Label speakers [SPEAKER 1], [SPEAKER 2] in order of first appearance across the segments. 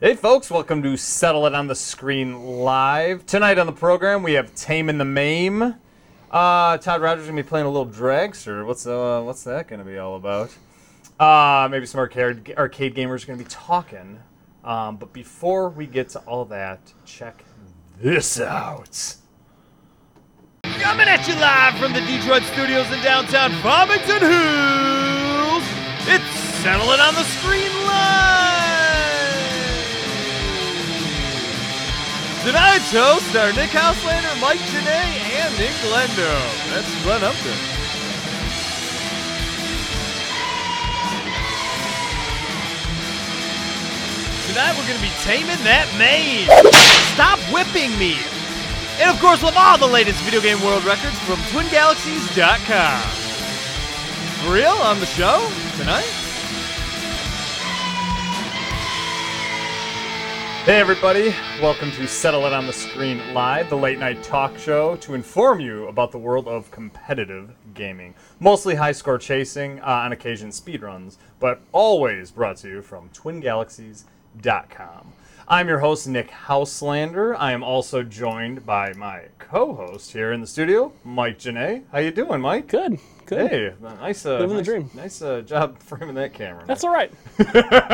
[SPEAKER 1] Hey, folks, welcome to Settle It on the Screen Live. Tonight on the program, we have Tame and the Mame. Uh, Todd Rogers going to be playing a little dragster. What's, uh, what's that going to be all about? Uh, maybe some arcade, arcade gamers are going to be talking. Um, but before we get to all that, check this out.
[SPEAKER 2] Coming at you live from the Detroit studios in downtown Farmington Hills, it's Settle It on the Screen Live! Tonight's hosts are Nick Houselander, Mike Janae, and Nick Glendo. That's Glenn Upton. Tonight we're going to be taming that mane. Stop whipping me. And of course, love all the latest video game world records from TwinGalaxies.com. For real on the show tonight?
[SPEAKER 1] Hey, everybody. Welcome to Settle It on the Screen Live, the late night talk show to inform you about the world of competitive gaming. Mostly high score chasing, uh, on occasion speedruns, but always brought to you from twingalaxies.com. I'm your host, Nick Houselander. I am also joined by my co host here in the studio, Mike Janae. How you doing, Mike?
[SPEAKER 3] Good. Good.
[SPEAKER 1] Hey, nice, uh,
[SPEAKER 3] Living the
[SPEAKER 1] nice,
[SPEAKER 3] dream.
[SPEAKER 1] nice uh, job framing that camera.
[SPEAKER 3] That's all right.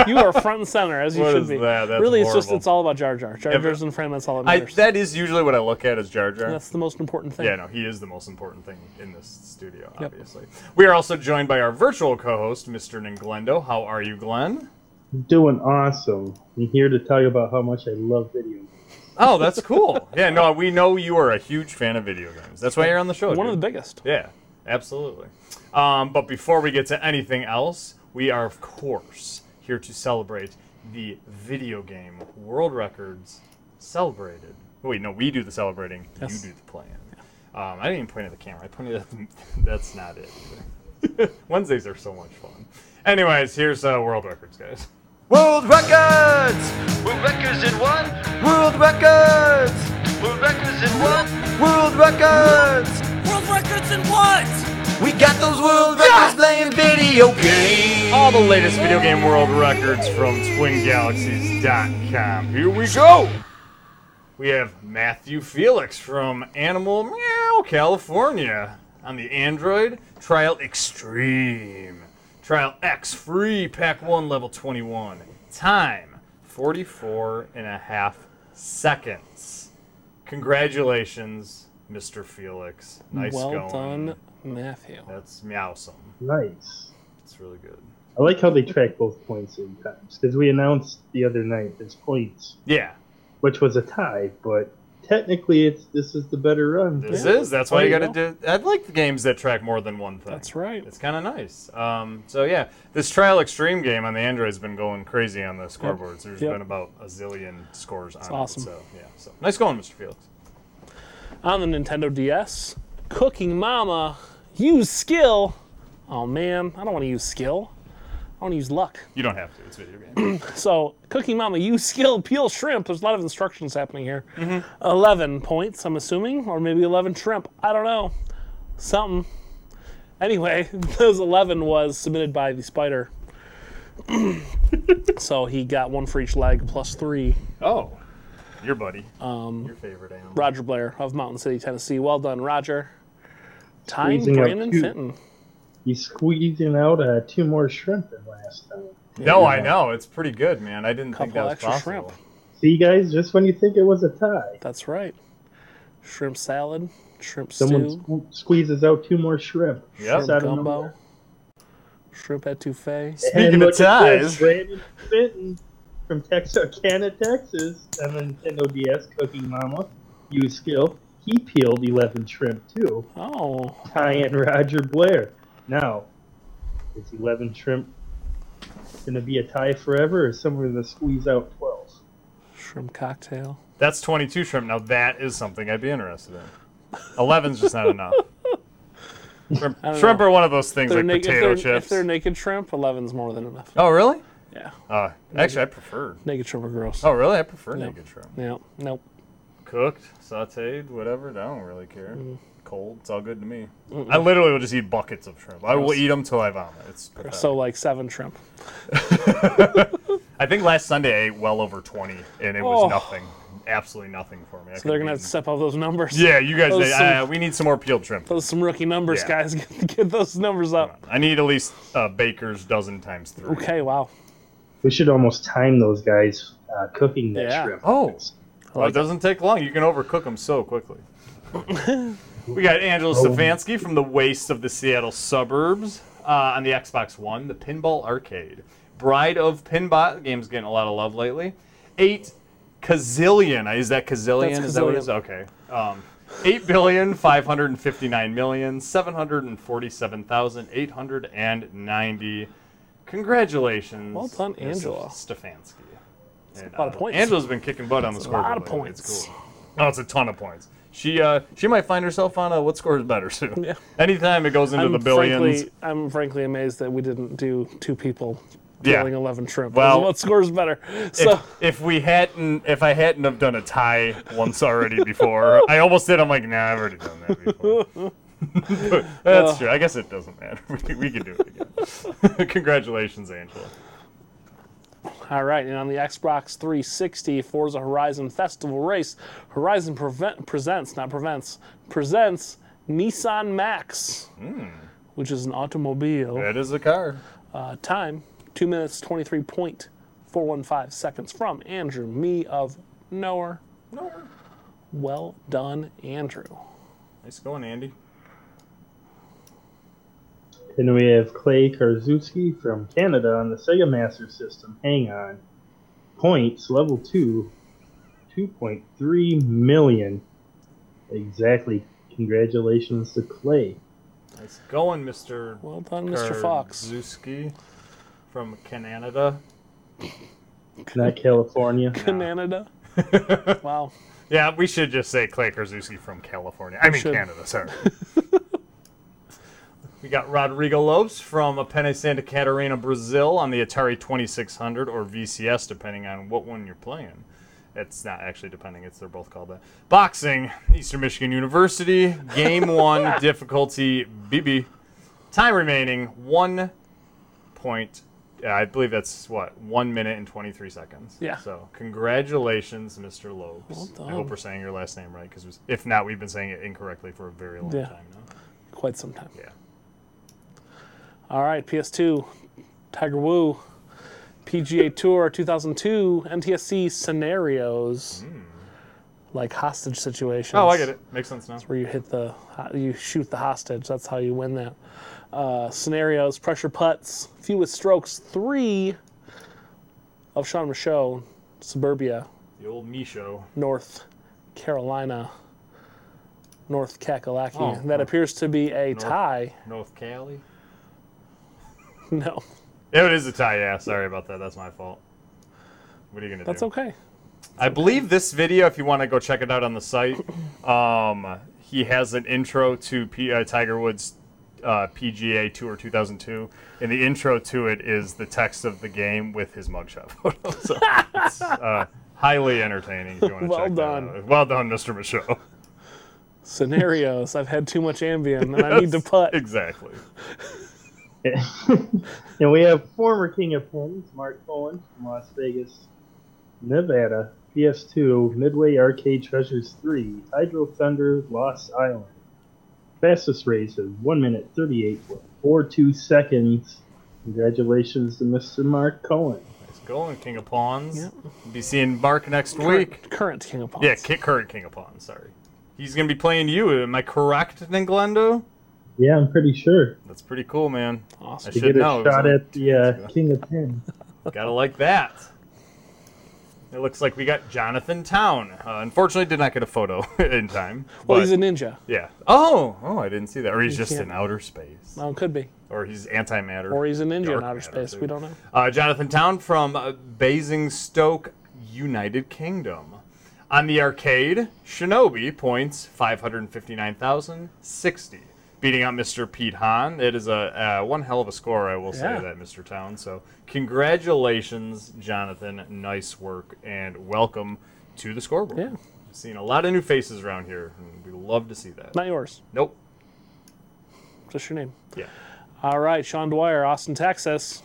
[SPEAKER 3] you are front and center as you
[SPEAKER 1] What
[SPEAKER 3] should
[SPEAKER 1] is
[SPEAKER 3] be.
[SPEAKER 1] that? That's
[SPEAKER 3] really, it's just
[SPEAKER 1] horrible.
[SPEAKER 3] it's all about Jar Jar. Jar
[SPEAKER 1] If-
[SPEAKER 3] Jar's in frame. That's all that
[SPEAKER 1] I,
[SPEAKER 3] matters.
[SPEAKER 1] that is usually what I look at as Jar Jar.
[SPEAKER 3] that's the most important thing.
[SPEAKER 1] Yeah, no, he is the most important thing in this studio, obviously. We are also joined by our virtual co host, Mr. Ninglendo. How are you, Glenn?
[SPEAKER 4] Doing awesome. I'm here to tell you about how much I love video games.
[SPEAKER 1] Oh, that's cool. yeah, no, we know you are a huge fan of video games. That's why you're on the show.
[SPEAKER 3] One
[SPEAKER 1] dude.
[SPEAKER 3] of the biggest.
[SPEAKER 1] Yeah, absolutely. Um, but before we get to anything else, we are, of course, here to celebrate the video game world records celebrated. Oh, Wait, no, we do the celebrating,
[SPEAKER 3] Yes.
[SPEAKER 1] you do the playing. Um, I didn't even point at the camera. I pointed at the, that's not it. either. Wednesdays are so much fun. Anyways, here's uh, world records, guys.
[SPEAKER 2] World Records! World Records in one! World Records! World Records in one! World Records!
[SPEAKER 5] World records in what?
[SPEAKER 2] We got those World Records playing video games!
[SPEAKER 1] All the latest video game world records from TwinGalaxies.com. Here we go! We have Matthew Felix from Animal Meow, California, on the Android Trial Extreme. Trial X Free Pack 1 Level 21. Time 44 and a half seconds. Congratulations, Mr. Felix. Nice
[SPEAKER 3] well
[SPEAKER 1] going.
[SPEAKER 3] done, Matthew.
[SPEAKER 1] That's meowsome.
[SPEAKER 4] Nice.
[SPEAKER 1] It's really good.
[SPEAKER 4] I like how they track both points in times because we announced the other night there's points,
[SPEAKER 1] Yeah.
[SPEAKER 4] which was a tie, but technically it's this is the better run.
[SPEAKER 1] This
[SPEAKER 3] Yeah.
[SPEAKER 1] is. That's why you
[SPEAKER 3] There
[SPEAKER 1] got to
[SPEAKER 3] you
[SPEAKER 1] do. I like the games that track more than one thing.
[SPEAKER 3] That's right.
[SPEAKER 1] It's kind of nice. Um, so yeah, this Trial Extreme game on the Android's been going crazy on the scoreboards. There's
[SPEAKER 3] Yep.
[SPEAKER 1] been about a zillion scores on
[SPEAKER 3] awesome.
[SPEAKER 1] it. So yeah. So nice going, Mr. Felix.
[SPEAKER 3] On the Nintendo DS, Cooking Mama, use skill. Oh man, I don't want to use skill. I want to use luck.
[SPEAKER 1] You don't have to. It's a video game.
[SPEAKER 3] So, Cooking Mama, use skill, peel shrimp. There's a lot of instructions happening here. 11 points, I'm assuming, or maybe 11 shrimp. I don't know. Something. Anyway, those 11 was submitted by the spider. so he got one for each leg, plus three.
[SPEAKER 1] oh, your buddy. Um, your favorite animal.
[SPEAKER 3] Roger Blair of Mountain City, Tennessee. Well done, Roger. Time
[SPEAKER 4] Squeezing out
[SPEAKER 3] Brandon
[SPEAKER 4] two.
[SPEAKER 3] Fenton.
[SPEAKER 4] He's squeezing out uh, two more shrimp than last time.
[SPEAKER 1] No, I know. It's pretty good, man. I didn't think that
[SPEAKER 3] Couple
[SPEAKER 1] was
[SPEAKER 3] extra
[SPEAKER 1] possible.
[SPEAKER 3] shrimp.
[SPEAKER 4] See, guys, just when you think it was a tie,
[SPEAKER 3] That's right. Shrimp salad, shrimp
[SPEAKER 4] someone
[SPEAKER 3] stew,
[SPEAKER 4] sque- squeezes out two more shrimp.
[SPEAKER 1] Yep.
[SPEAKER 4] Out
[SPEAKER 3] shrimp
[SPEAKER 4] of
[SPEAKER 3] gumbo,
[SPEAKER 4] nowhere.
[SPEAKER 3] shrimp etouffee.
[SPEAKER 1] Speaking
[SPEAKER 4] And
[SPEAKER 1] of
[SPEAKER 4] look at this,
[SPEAKER 1] ties.
[SPEAKER 4] Brandon Fitton from Texarkana, Texas, on the Nintendo DS Cooking Mama, use skill. He peeled 11 shrimp too,
[SPEAKER 3] Oh,
[SPEAKER 4] tying Roger Blair. Now, is 11 shrimp going to be a tie forever, or someone going to squeeze out 12?
[SPEAKER 3] shrimp cocktail.
[SPEAKER 1] That's 22 shrimp. Now that is something I'd be interested in. 11's just not enough. Shrimp,
[SPEAKER 3] don't
[SPEAKER 1] shrimp
[SPEAKER 3] know.
[SPEAKER 1] are one of those things like
[SPEAKER 3] na- if
[SPEAKER 1] potato
[SPEAKER 3] they're-
[SPEAKER 1] chips.
[SPEAKER 3] If they're naked shrimp, 11's more than enough.
[SPEAKER 1] oh, really?
[SPEAKER 3] Yeah.
[SPEAKER 1] Uh, actually, I prefer.
[SPEAKER 3] Naked shrimp are gross.
[SPEAKER 1] Oh, really? I prefer naked shrimp.
[SPEAKER 3] Yeah. Nope.
[SPEAKER 1] Cooked, sauteed, whatever. I don't really care.
[SPEAKER 3] Mm.
[SPEAKER 1] Cold, it's all good to me. I literally will just eat buckets
[SPEAKER 3] Uh,
[SPEAKER 1] of shrimp. I will eat them till I vomit. It's pathetic.
[SPEAKER 3] So like seven shrimp.
[SPEAKER 1] I think last Sunday I ate well over 20, and it was
[SPEAKER 3] Oh.
[SPEAKER 1] nothing. Absolutely nothing for me. I
[SPEAKER 3] So they're gonna have to
[SPEAKER 1] couldn't
[SPEAKER 3] step up those numbers.
[SPEAKER 1] even- Yeah, you guys,
[SPEAKER 3] those
[SPEAKER 1] they-
[SPEAKER 3] some-
[SPEAKER 1] uh, we need some more peeled shrimp.
[SPEAKER 3] Those some rookie numbers,
[SPEAKER 1] Yeah.
[SPEAKER 3] guys. Get, get those numbers up.
[SPEAKER 1] I need at least uh, Baker's dozen times three.
[SPEAKER 3] Okay, wow.
[SPEAKER 4] We should almost time those guys uh, cooking that
[SPEAKER 3] Yeah.
[SPEAKER 4] shrimp.
[SPEAKER 1] Oh, well,
[SPEAKER 3] like
[SPEAKER 1] it doesn't take long. You can overcook them so quickly. we got Angela Stefanski from the waste of the Seattle suburbs uh, on the Xbox One, the Pinball Arcade. Bride of Pinbot. Game's getting a lot of love lately. Eight kazillion. Is that kazillion?
[SPEAKER 3] That's
[SPEAKER 1] is that what it
[SPEAKER 3] kazillion.
[SPEAKER 1] is? Okay. Um, Eight billion five hundred and fifty nine million seven hundred and forty seven thousand eight hundred and ninety. Congratulations.
[SPEAKER 3] Well done,
[SPEAKER 1] Miss
[SPEAKER 3] Angela.
[SPEAKER 1] Stefanski. And,
[SPEAKER 3] a lot of
[SPEAKER 1] uh,
[SPEAKER 3] points.
[SPEAKER 1] Angela's been kicking butt on the scoreboard.
[SPEAKER 3] lot of
[SPEAKER 1] lately.
[SPEAKER 3] points.
[SPEAKER 1] It's cool. Oh, it's a ton of points. She uh, she might find herself on a what score is better soon.
[SPEAKER 3] Yeah.
[SPEAKER 1] Anytime it goes into the billions.
[SPEAKER 3] Frankly, I'm frankly amazed that we didn't do two people
[SPEAKER 1] Yeah.
[SPEAKER 3] killing 11 shrimp.
[SPEAKER 1] Well-
[SPEAKER 3] what scores better? So,
[SPEAKER 1] if, if we hadn't, if I hadn't have done a tie once already before, I almost did. I'm like, nah, I've already done that before. But
[SPEAKER 3] Uh.
[SPEAKER 1] that's true. I guess it doesn't matter. We, can- we can do it again. Congratulations, Angela.
[SPEAKER 3] all right, and on the Xbox 360 Forza Horizon Festival Race, Horizon prevent, presents, not prevents, presents Nissan Max, which is an automobile.
[SPEAKER 1] That is a car.
[SPEAKER 3] Uh, time, 2 minutes 23.415 seconds from Andrew, me of Knower.
[SPEAKER 1] No,
[SPEAKER 3] Well done, Andrew.
[SPEAKER 1] nice going, Andy.
[SPEAKER 4] Then we have Clay Karzewski from Canada on the Sega Master System. Hang on. Points, level 2, 2.3 million. Exactly. Congratulations to Clay.
[SPEAKER 1] Nice going, Mister.
[SPEAKER 3] Well done, Mr. Fox.
[SPEAKER 1] Karzewski from Canada.
[SPEAKER 4] Not California.
[SPEAKER 3] Canada. wow.
[SPEAKER 1] Yeah, we should just say Clay Karzewski from California. I mean
[SPEAKER 3] should.
[SPEAKER 1] Canada, sorry. we got Rodrigo Lopes from Apene Santa Catarina, Brazil on the Atari 2600 or VCS, depending on what one you're playing. It's not actually depending, it's they're both called that. Boxing, Eastern Michigan University, game one, difficulty BB. Time remaining, one point. Yeah, I believe that's what one minute and twenty three seconds.
[SPEAKER 3] Yeah.
[SPEAKER 1] So congratulations, Mr. Lopes.
[SPEAKER 3] Well
[SPEAKER 1] I hope
[SPEAKER 3] done.
[SPEAKER 1] we're saying your last name right, because if not, we've been saying it incorrectly for a very long
[SPEAKER 3] Yeah.
[SPEAKER 1] time now.
[SPEAKER 3] Quite some time.
[SPEAKER 1] Yeah.
[SPEAKER 3] All right, PS2, Tiger Woo, PGA Tour 2002, NTSC scenarios, like hostage situations.
[SPEAKER 1] Hmm. Oh, I get it. Makes sense now.
[SPEAKER 3] Where you hit the, you shoot the hostage. That's how you win that. Uh, scenarios, pressure putts, fewest strokes, three of Sean Michaud, Suburbia,
[SPEAKER 1] The old Micho.
[SPEAKER 3] North Carolina, North Kakalaki.
[SPEAKER 1] Oh,
[SPEAKER 3] that
[SPEAKER 1] oh.
[SPEAKER 3] appears to be a tie.
[SPEAKER 1] North Cali.
[SPEAKER 3] No,
[SPEAKER 1] It is a tie, yeah. Sorry about that. That's my fault. What are you gonna
[SPEAKER 3] that's
[SPEAKER 1] do?
[SPEAKER 3] okay.
[SPEAKER 1] I believe this video, if you want to go check it out on the site, um, he has an intro to P- uh, Tiger Woods uh, PGA Tour 2002, and the intro to it is the text of the game with his mugshot photo. So it's uh, highly entertaining. If you want to
[SPEAKER 3] Well
[SPEAKER 1] check
[SPEAKER 3] done.
[SPEAKER 1] That out. Well done, Mr. Michaud.
[SPEAKER 3] Scenarios. I've had too much Ambien and I need to putt.
[SPEAKER 1] Exactly.
[SPEAKER 4] and we have former King of Pins, Mark Cohen from Las Vegas, Nevada, PS2, Midway Arcade Treasures 3, Hydro Thunder, Lost Island. Fastest race of 1 minute 38.42 seconds. Congratulations to Mr. Mark Cohen.
[SPEAKER 1] Nice going, King of Pawns. Be seeing Mark next week.
[SPEAKER 3] Current, current King of Pawns.
[SPEAKER 1] Yeah, Kit current King of Pawns. Sorry, he's gonna be playing you. Am I correct, Ninglendo?
[SPEAKER 4] Yeah, I'm pretty sure.
[SPEAKER 1] That's pretty cool, man.
[SPEAKER 3] Awesome.
[SPEAKER 1] I
[SPEAKER 4] To
[SPEAKER 1] should
[SPEAKER 4] get a
[SPEAKER 1] know. It was
[SPEAKER 4] shot
[SPEAKER 1] only
[SPEAKER 4] at
[SPEAKER 1] two
[SPEAKER 4] the
[SPEAKER 1] months
[SPEAKER 4] uh,
[SPEAKER 1] ago.
[SPEAKER 4] King of Pins.
[SPEAKER 1] Gotta like that. It looks like we got Jonathan Town. Uh, unfortunately, did not get a photo in time.
[SPEAKER 3] well,
[SPEAKER 1] but-
[SPEAKER 3] he's a ninja.
[SPEAKER 1] yeah. Oh, oh, I didn't see that. Or he's just
[SPEAKER 3] can't-
[SPEAKER 1] in outer space.
[SPEAKER 3] No, could be.
[SPEAKER 1] Or he's antimatter.
[SPEAKER 3] Or he's a ninja
[SPEAKER 1] Dark
[SPEAKER 3] in outer
[SPEAKER 1] matter,
[SPEAKER 3] space.
[SPEAKER 1] too.
[SPEAKER 3] We don't know.
[SPEAKER 1] Uh, Jonathan Town from uh, Basingstoke, United Kingdom. On the arcade, Shinobi points 559,060, beating out Mr. Pete Hahn. It is a uh, one hell of a score, I will say
[SPEAKER 3] Yeah.
[SPEAKER 1] that, Mr. Town. So, congratulations, Jonathan. Nice work, and welcome to the scoreboard.
[SPEAKER 3] Yeah.
[SPEAKER 1] Seeing a lot of new faces around here, and we love to see that.
[SPEAKER 3] Not yours.
[SPEAKER 1] Nope.
[SPEAKER 3] Just your name.
[SPEAKER 1] Yeah.
[SPEAKER 3] E All right, Sean Dwyer, Austin, Texas,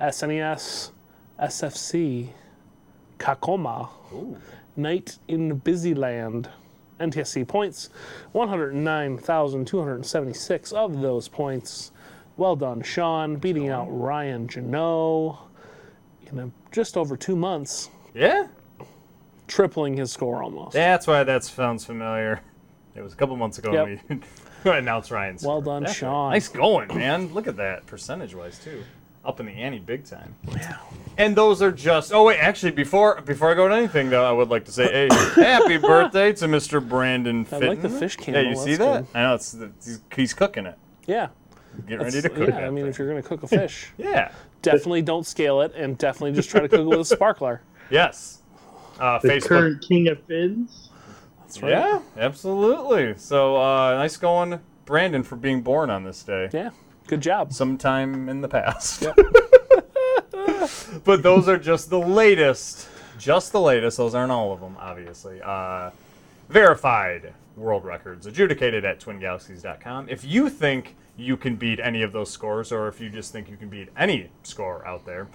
[SPEAKER 3] SNES, SFC, Kakoma, Night in Busyland. NTSC points, 109,276 of those points. Well done, Sean, beating out Ryan Janot in a, just over two months,
[SPEAKER 1] Yeah,
[SPEAKER 3] tripling his score almost.
[SPEAKER 1] that's why that sounds familiar. It was a couple months ago when we announced Ryan's.
[SPEAKER 3] Well done, Sean.
[SPEAKER 1] Nice going, man. Look at that percentage wise too. Up in the ante big time.
[SPEAKER 3] Yeah.
[SPEAKER 1] And those are just Oh wait, actually before before I go to anything though, I would like to say hey, happy birthday to Mr. Brandon
[SPEAKER 3] I
[SPEAKER 1] Fitton.
[SPEAKER 3] like the fish
[SPEAKER 1] Yeah,
[SPEAKER 3] candle.
[SPEAKER 1] you see
[SPEAKER 3] that's
[SPEAKER 1] that?
[SPEAKER 3] good.
[SPEAKER 1] I know it's the, he's, he's cooking it.
[SPEAKER 3] Yeah.
[SPEAKER 1] Get
[SPEAKER 3] That's-
[SPEAKER 1] ready to cook
[SPEAKER 3] yeah,
[SPEAKER 1] it.
[SPEAKER 3] I mean, if you're going to cook a fish,
[SPEAKER 1] yeah.
[SPEAKER 3] definitely don't scale it and definitely just try to cook it with a sparkler.
[SPEAKER 1] Yes. Uh,
[SPEAKER 4] The
[SPEAKER 1] Facebook.
[SPEAKER 4] current king of fins.
[SPEAKER 3] That's right.
[SPEAKER 1] yeah, absolutely. So uh, nice going, Brandon, for being born on this day.
[SPEAKER 3] Yeah. Good job.
[SPEAKER 1] sometime in the past. but those are just the latest. Just the latest. Those aren't all of them, obviously. Uh, verified world records adjudicated at twingalaxies.com. If you think you can beat any of those scores, or if you just think you can beat any score out there,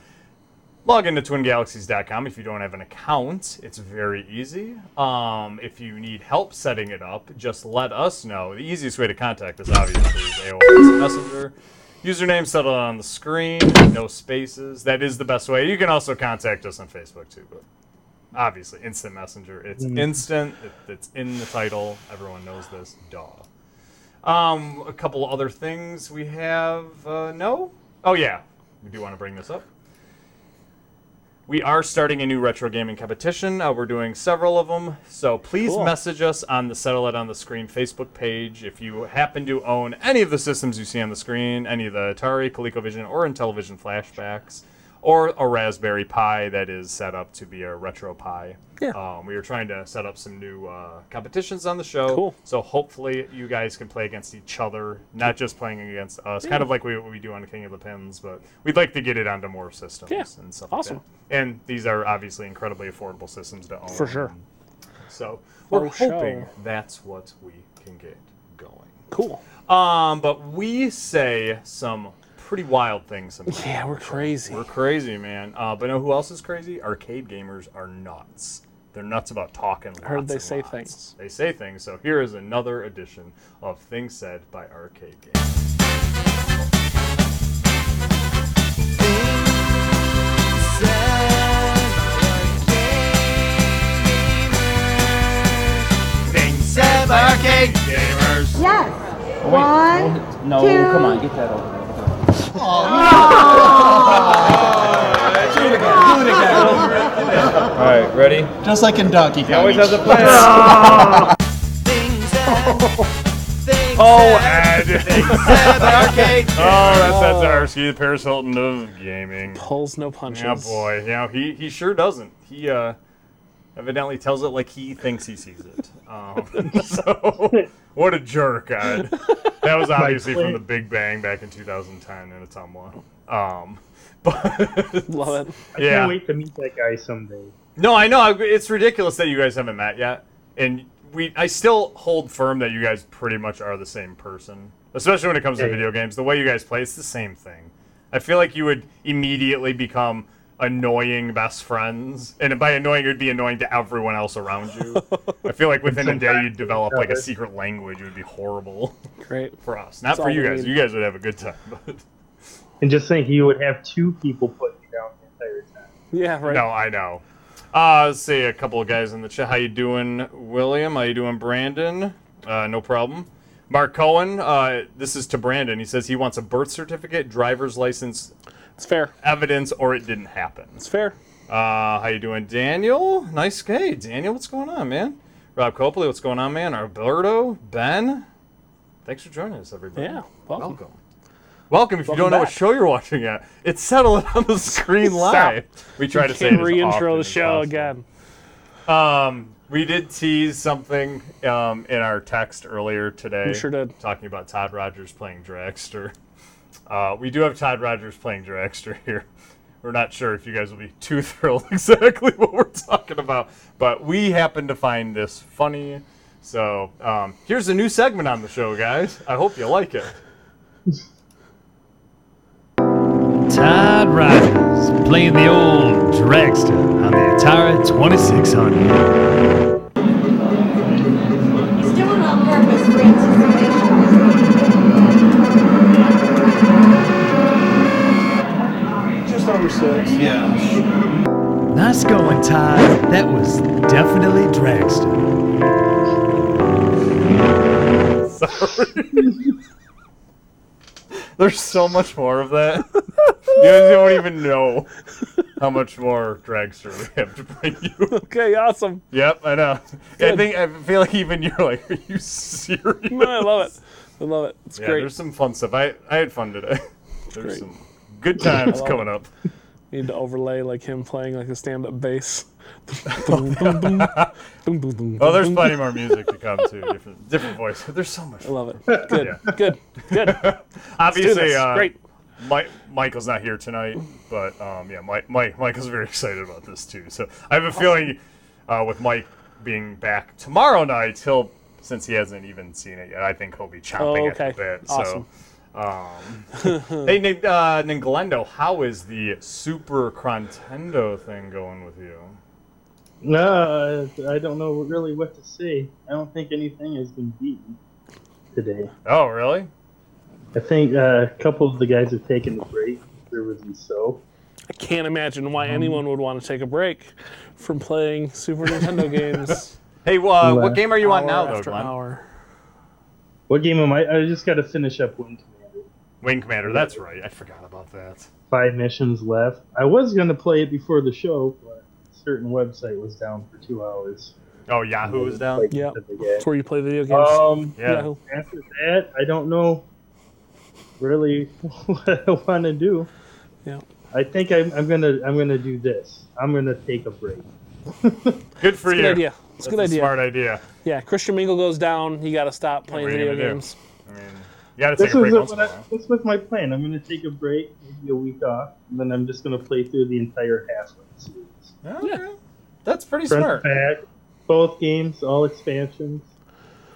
[SPEAKER 1] log into twingalaxies.com if you don't have an account it's very easy um, if you need help setting it up just let us know the easiest way to contact us obviously is aos messenger username settled on the screen no spaces that is the best way you can also contact us on facebook too but obviously instant messenger it's instant it, it's in the title everyone knows this duh um, a couple other things we have. Uh, no? Oh, yeah. We do want to bring this up. We are starting a new retro gaming competition. Uh, we're doing several of them. So please
[SPEAKER 3] Cool.
[SPEAKER 1] message us on the Settle It on the Screen Facebook page if you happen to own any of the systems you see on the screen, any of the Atari, ColecoVision, or Intellivision flashbacks, or a Raspberry Pi that is set up to be a retro Pi.
[SPEAKER 3] Yeah.
[SPEAKER 1] Um, we are trying to set up some new uh, competitions on the show.
[SPEAKER 3] Cool.
[SPEAKER 1] So hopefully you guys can play against each other, not just playing against us. Kind of like we, we do on King of the Pins, but we'd like to get it onto more systems
[SPEAKER 3] Yeah.
[SPEAKER 1] and stuff.
[SPEAKER 3] Awesome.
[SPEAKER 1] Like that. And these are obviously incredibly affordable systems to own.
[SPEAKER 3] For sure.
[SPEAKER 1] So we're
[SPEAKER 3] For sure.
[SPEAKER 1] hoping that's what we can get going.
[SPEAKER 3] Cool.
[SPEAKER 1] Um, but we say some pretty wild things sometimes.
[SPEAKER 3] Yeah, we're crazy.
[SPEAKER 1] We're crazy, man. Uh, but know who else is crazy? Arcade gamers are nuts. They're nuts about talking. Lots
[SPEAKER 3] heard they
[SPEAKER 1] and
[SPEAKER 3] say
[SPEAKER 1] lots.
[SPEAKER 3] things.
[SPEAKER 1] They say things. So here is another edition of Things Said by Arcade Gamers.
[SPEAKER 2] Things said by arcade gamers.
[SPEAKER 6] Yes.
[SPEAKER 7] Oh,
[SPEAKER 6] One.
[SPEAKER 7] No,
[SPEAKER 6] Two.
[SPEAKER 7] come on, get that over there. Do it again. All right, ready? Just like in Donkey Kong. always has a plan.
[SPEAKER 5] Things that, things
[SPEAKER 1] Oh,
[SPEAKER 5] that,
[SPEAKER 1] Ed.
[SPEAKER 5] said by arcade.
[SPEAKER 1] oh, that's that's Arsky, the Paris Hilton of gaming.
[SPEAKER 3] Pulls no punches.
[SPEAKER 1] Yeah, boy. Yeah, he he sure doesn't. He uh, evidently tells it like he thinks he sees it. Um, so what a jerk! God. That was obviously from
[SPEAKER 4] Clint.
[SPEAKER 1] The Big Bang back in 2010 in Atumwa. Um, but
[SPEAKER 3] Love it.
[SPEAKER 4] I
[SPEAKER 1] Yeah.
[SPEAKER 4] can't wait to meet that guy someday.
[SPEAKER 1] No, I know. I- It's ridiculous that you guys haven't met yet, and we. I still hold firm that you guys pretty much are the same person, especially when it comes to
[SPEAKER 4] Yeah.
[SPEAKER 1] video games. The way you guys play, it's the same thing. I feel like you would immediately become annoying best friends, and by annoying, it would be annoying to everyone else around you. I feel like within a day, you'd develop like a secret language. It would be horrible
[SPEAKER 3] Great.
[SPEAKER 1] for us, not
[SPEAKER 3] That's
[SPEAKER 1] for
[SPEAKER 3] all
[SPEAKER 1] you
[SPEAKER 3] we
[SPEAKER 1] guys.
[SPEAKER 3] need.
[SPEAKER 1] You guys would have a good time, but
[SPEAKER 4] And just think he would have two people putting me down the entire time.
[SPEAKER 3] Yeah, right.
[SPEAKER 1] No, I know. Uh, let's see a couple of guys in the chat. How you doing, William? How you doing, Brandon? Uh, no problem. Mark Cohen. Uh, this is to Brandon. He says he wants a birth certificate, driver's license,
[SPEAKER 3] It's fair.
[SPEAKER 1] evidence, or it didn't happen.
[SPEAKER 3] It's fair.
[SPEAKER 1] Uh, how you doing, Daniel? Nice guy, Daniel. What's going on, man? Rob Copley. What's going on, man? Alberto, Ben. Thanks for joining us, everybody.
[SPEAKER 3] Yeah. Welcome.
[SPEAKER 1] Welcome. Welcome. If you
[SPEAKER 3] Welcome
[SPEAKER 1] don't know what
[SPEAKER 3] back.
[SPEAKER 1] show you're watching at, it's Settle It on the Screen
[SPEAKER 3] Stop.
[SPEAKER 1] Live. We try to
[SPEAKER 3] You
[SPEAKER 1] say it
[SPEAKER 3] can
[SPEAKER 1] as
[SPEAKER 3] reintro
[SPEAKER 1] often
[SPEAKER 3] the
[SPEAKER 1] as
[SPEAKER 3] show
[SPEAKER 1] possible.
[SPEAKER 3] again.
[SPEAKER 1] Um, we did tease something um, in our text earlier today.
[SPEAKER 3] We sure did.
[SPEAKER 1] Talking about Todd Rogers playing Dragster. Uh, we do have Todd Rogers playing Dragster here. We're not sure if you guys will be too thrilled exactly what we're talking about, but we happen to find this funny. So um, here's a new segment on the show, guys. I hope you like it.
[SPEAKER 2] Todd Rogers It's playing the old dragster on the Atari 2600.
[SPEAKER 6] He's doing it on purpose for anticipation.
[SPEAKER 4] Just over six.
[SPEAKER 7] Yeah.
[SPEAKER 2] Nice going, Todd. That was definitely dragster.
[SPEAKER 1] There's so much more of that. you guys don't even know how much more dragster we have to bring you.
[SPEAKER 3] Okay, awesome.
[SPEAKER 1] Yep, I know. I think I feel like even you're like, are you serious?
[SPEAKER 3] No, I love it. I love it. It's
[SPEAKER 1] Yeah,
[SPEAKER 3] great.
[SPEAKER 1] there's some fun stuff. I I had fun today. There's some good times coming up.
[SPEAKER 3] Need to overlay like him playing like a stand-up bass. Boom, boom, boom. Boom, boom, boom,
[SPEAKER 1] Oh, there's
[SPEAKER 3] boom.
[SPEAKER 1] plenty more music to come too. Different different voice. There's so much.
[SPEAKER 3] I love it. Good,
[SPEAKER 1] Yeah.
[SPEAKER 3] good, good. Oh. Let's do
[SPEAKER 1] Obviously,
[SPEAKER 3] this.
[SPEAKER 1] uh,
[SPEAKER 3] Great.
[SPEAKER 1] Mike, Michael's not here tonight, but um, yeah, Mike, Mike, Michael's very excited about this too. So I have a feeling uh, with Mike being back tomorrow night, he'll since he hasn't even seen it yet, I think he'll be chomping
[SPEAKER 3] Oh, okay.
[SPEAKER 1] at the bit.
[SPEAKER 3] Awesome.
[SPEAKER 1] So, um, hey, Nig- uh, Ninglendo, how is the Super Crontendo thing going with you?
[SPEAKER 4] No, I don't know really what to say. I don't think anything has been beaten today.
[SPEAKER 1] Oh, really?
[SPEAKER 4] I think uh, a couple of the guys have taken the break. There was so.
[SPEAKER 3] I can't imagine
[SPEAKER 1] Mm-hmm.
[SPEAKER 3] why anyone would want to take a break from playing Super Nintendo games.
[SPEAKER 1] Hey, uh, what
[SPEAKER 4] Left
[SPEAKER 1] game are you on
[SPEAKER 3] hour
[SPEAKER 1] now, though,
[SPEAKER 3] after
[SPEAKER 1] Glenn?
[SPEAKER 3] hour.
[SPEAKER 4] What game am I? I just got to finish up Wing Commander.
[SPEAKER 1] Wing Commander. That's right. I forgot about that.
[SPEAKER 4] Five missions left. I was going to play it before the show, but a certain website was down for two hours.
[SPEAKER 1] Oh, Yahoo is down.
[SPEAKER 4] Like,
[SPEAKER 3] Yep.
[SPEAKER 4] at the
[SPEAKER 3] That's
[SPEAKER 4] game.
[SPEAKER 3] where you play video games.
[SPEAKER 4] Um,
[SPEAKER 1] Yeah.
[SPEAKER 4] after that, I don't know really what I want to do.
[SPEAKER 3] Yeah.
[SPEAKER 4] I think I'm, I'm gonna I'm gonna do this. I'm gonna take a break.
[SPEAKER 1] Good for you.
[SPEAKER 3] Good idea. It's a good
[SPEAKER 1] That's a
[SPEAKER 3] idea.
[SPEAKER 1] Smart idea.
[SPEAKER 3] Yeah, Christian Mingle goes down. You got to stop playing
[SPEAKER 1] what are you
[SPEAKER 3] video
[SPEAKER 1] gonna do?
[SPEAKER 3] games.
[SPEAKER 1] I mean, you gotta take
[SPEAKER 4] This
[SPEAKER 1] a
[SPEAKER 4] was
[SPEAKER 1] break once in
[SPEAKER 4] what
[SPEAKER 1] a
[SPEAKER 4] I,
[SPEAKER 1] while.
[SPEAKER 4] this was my plan. I'm gonna take a break, maybe a week off, and then I'm just gonna play through the entire Half-Life series.
[SPEAKER 1] Okay. That's pretty
[SPEAKER 4] Front
[SPEAKER 1] smart.
[SPEAKER 4] to back, both games, all expansions.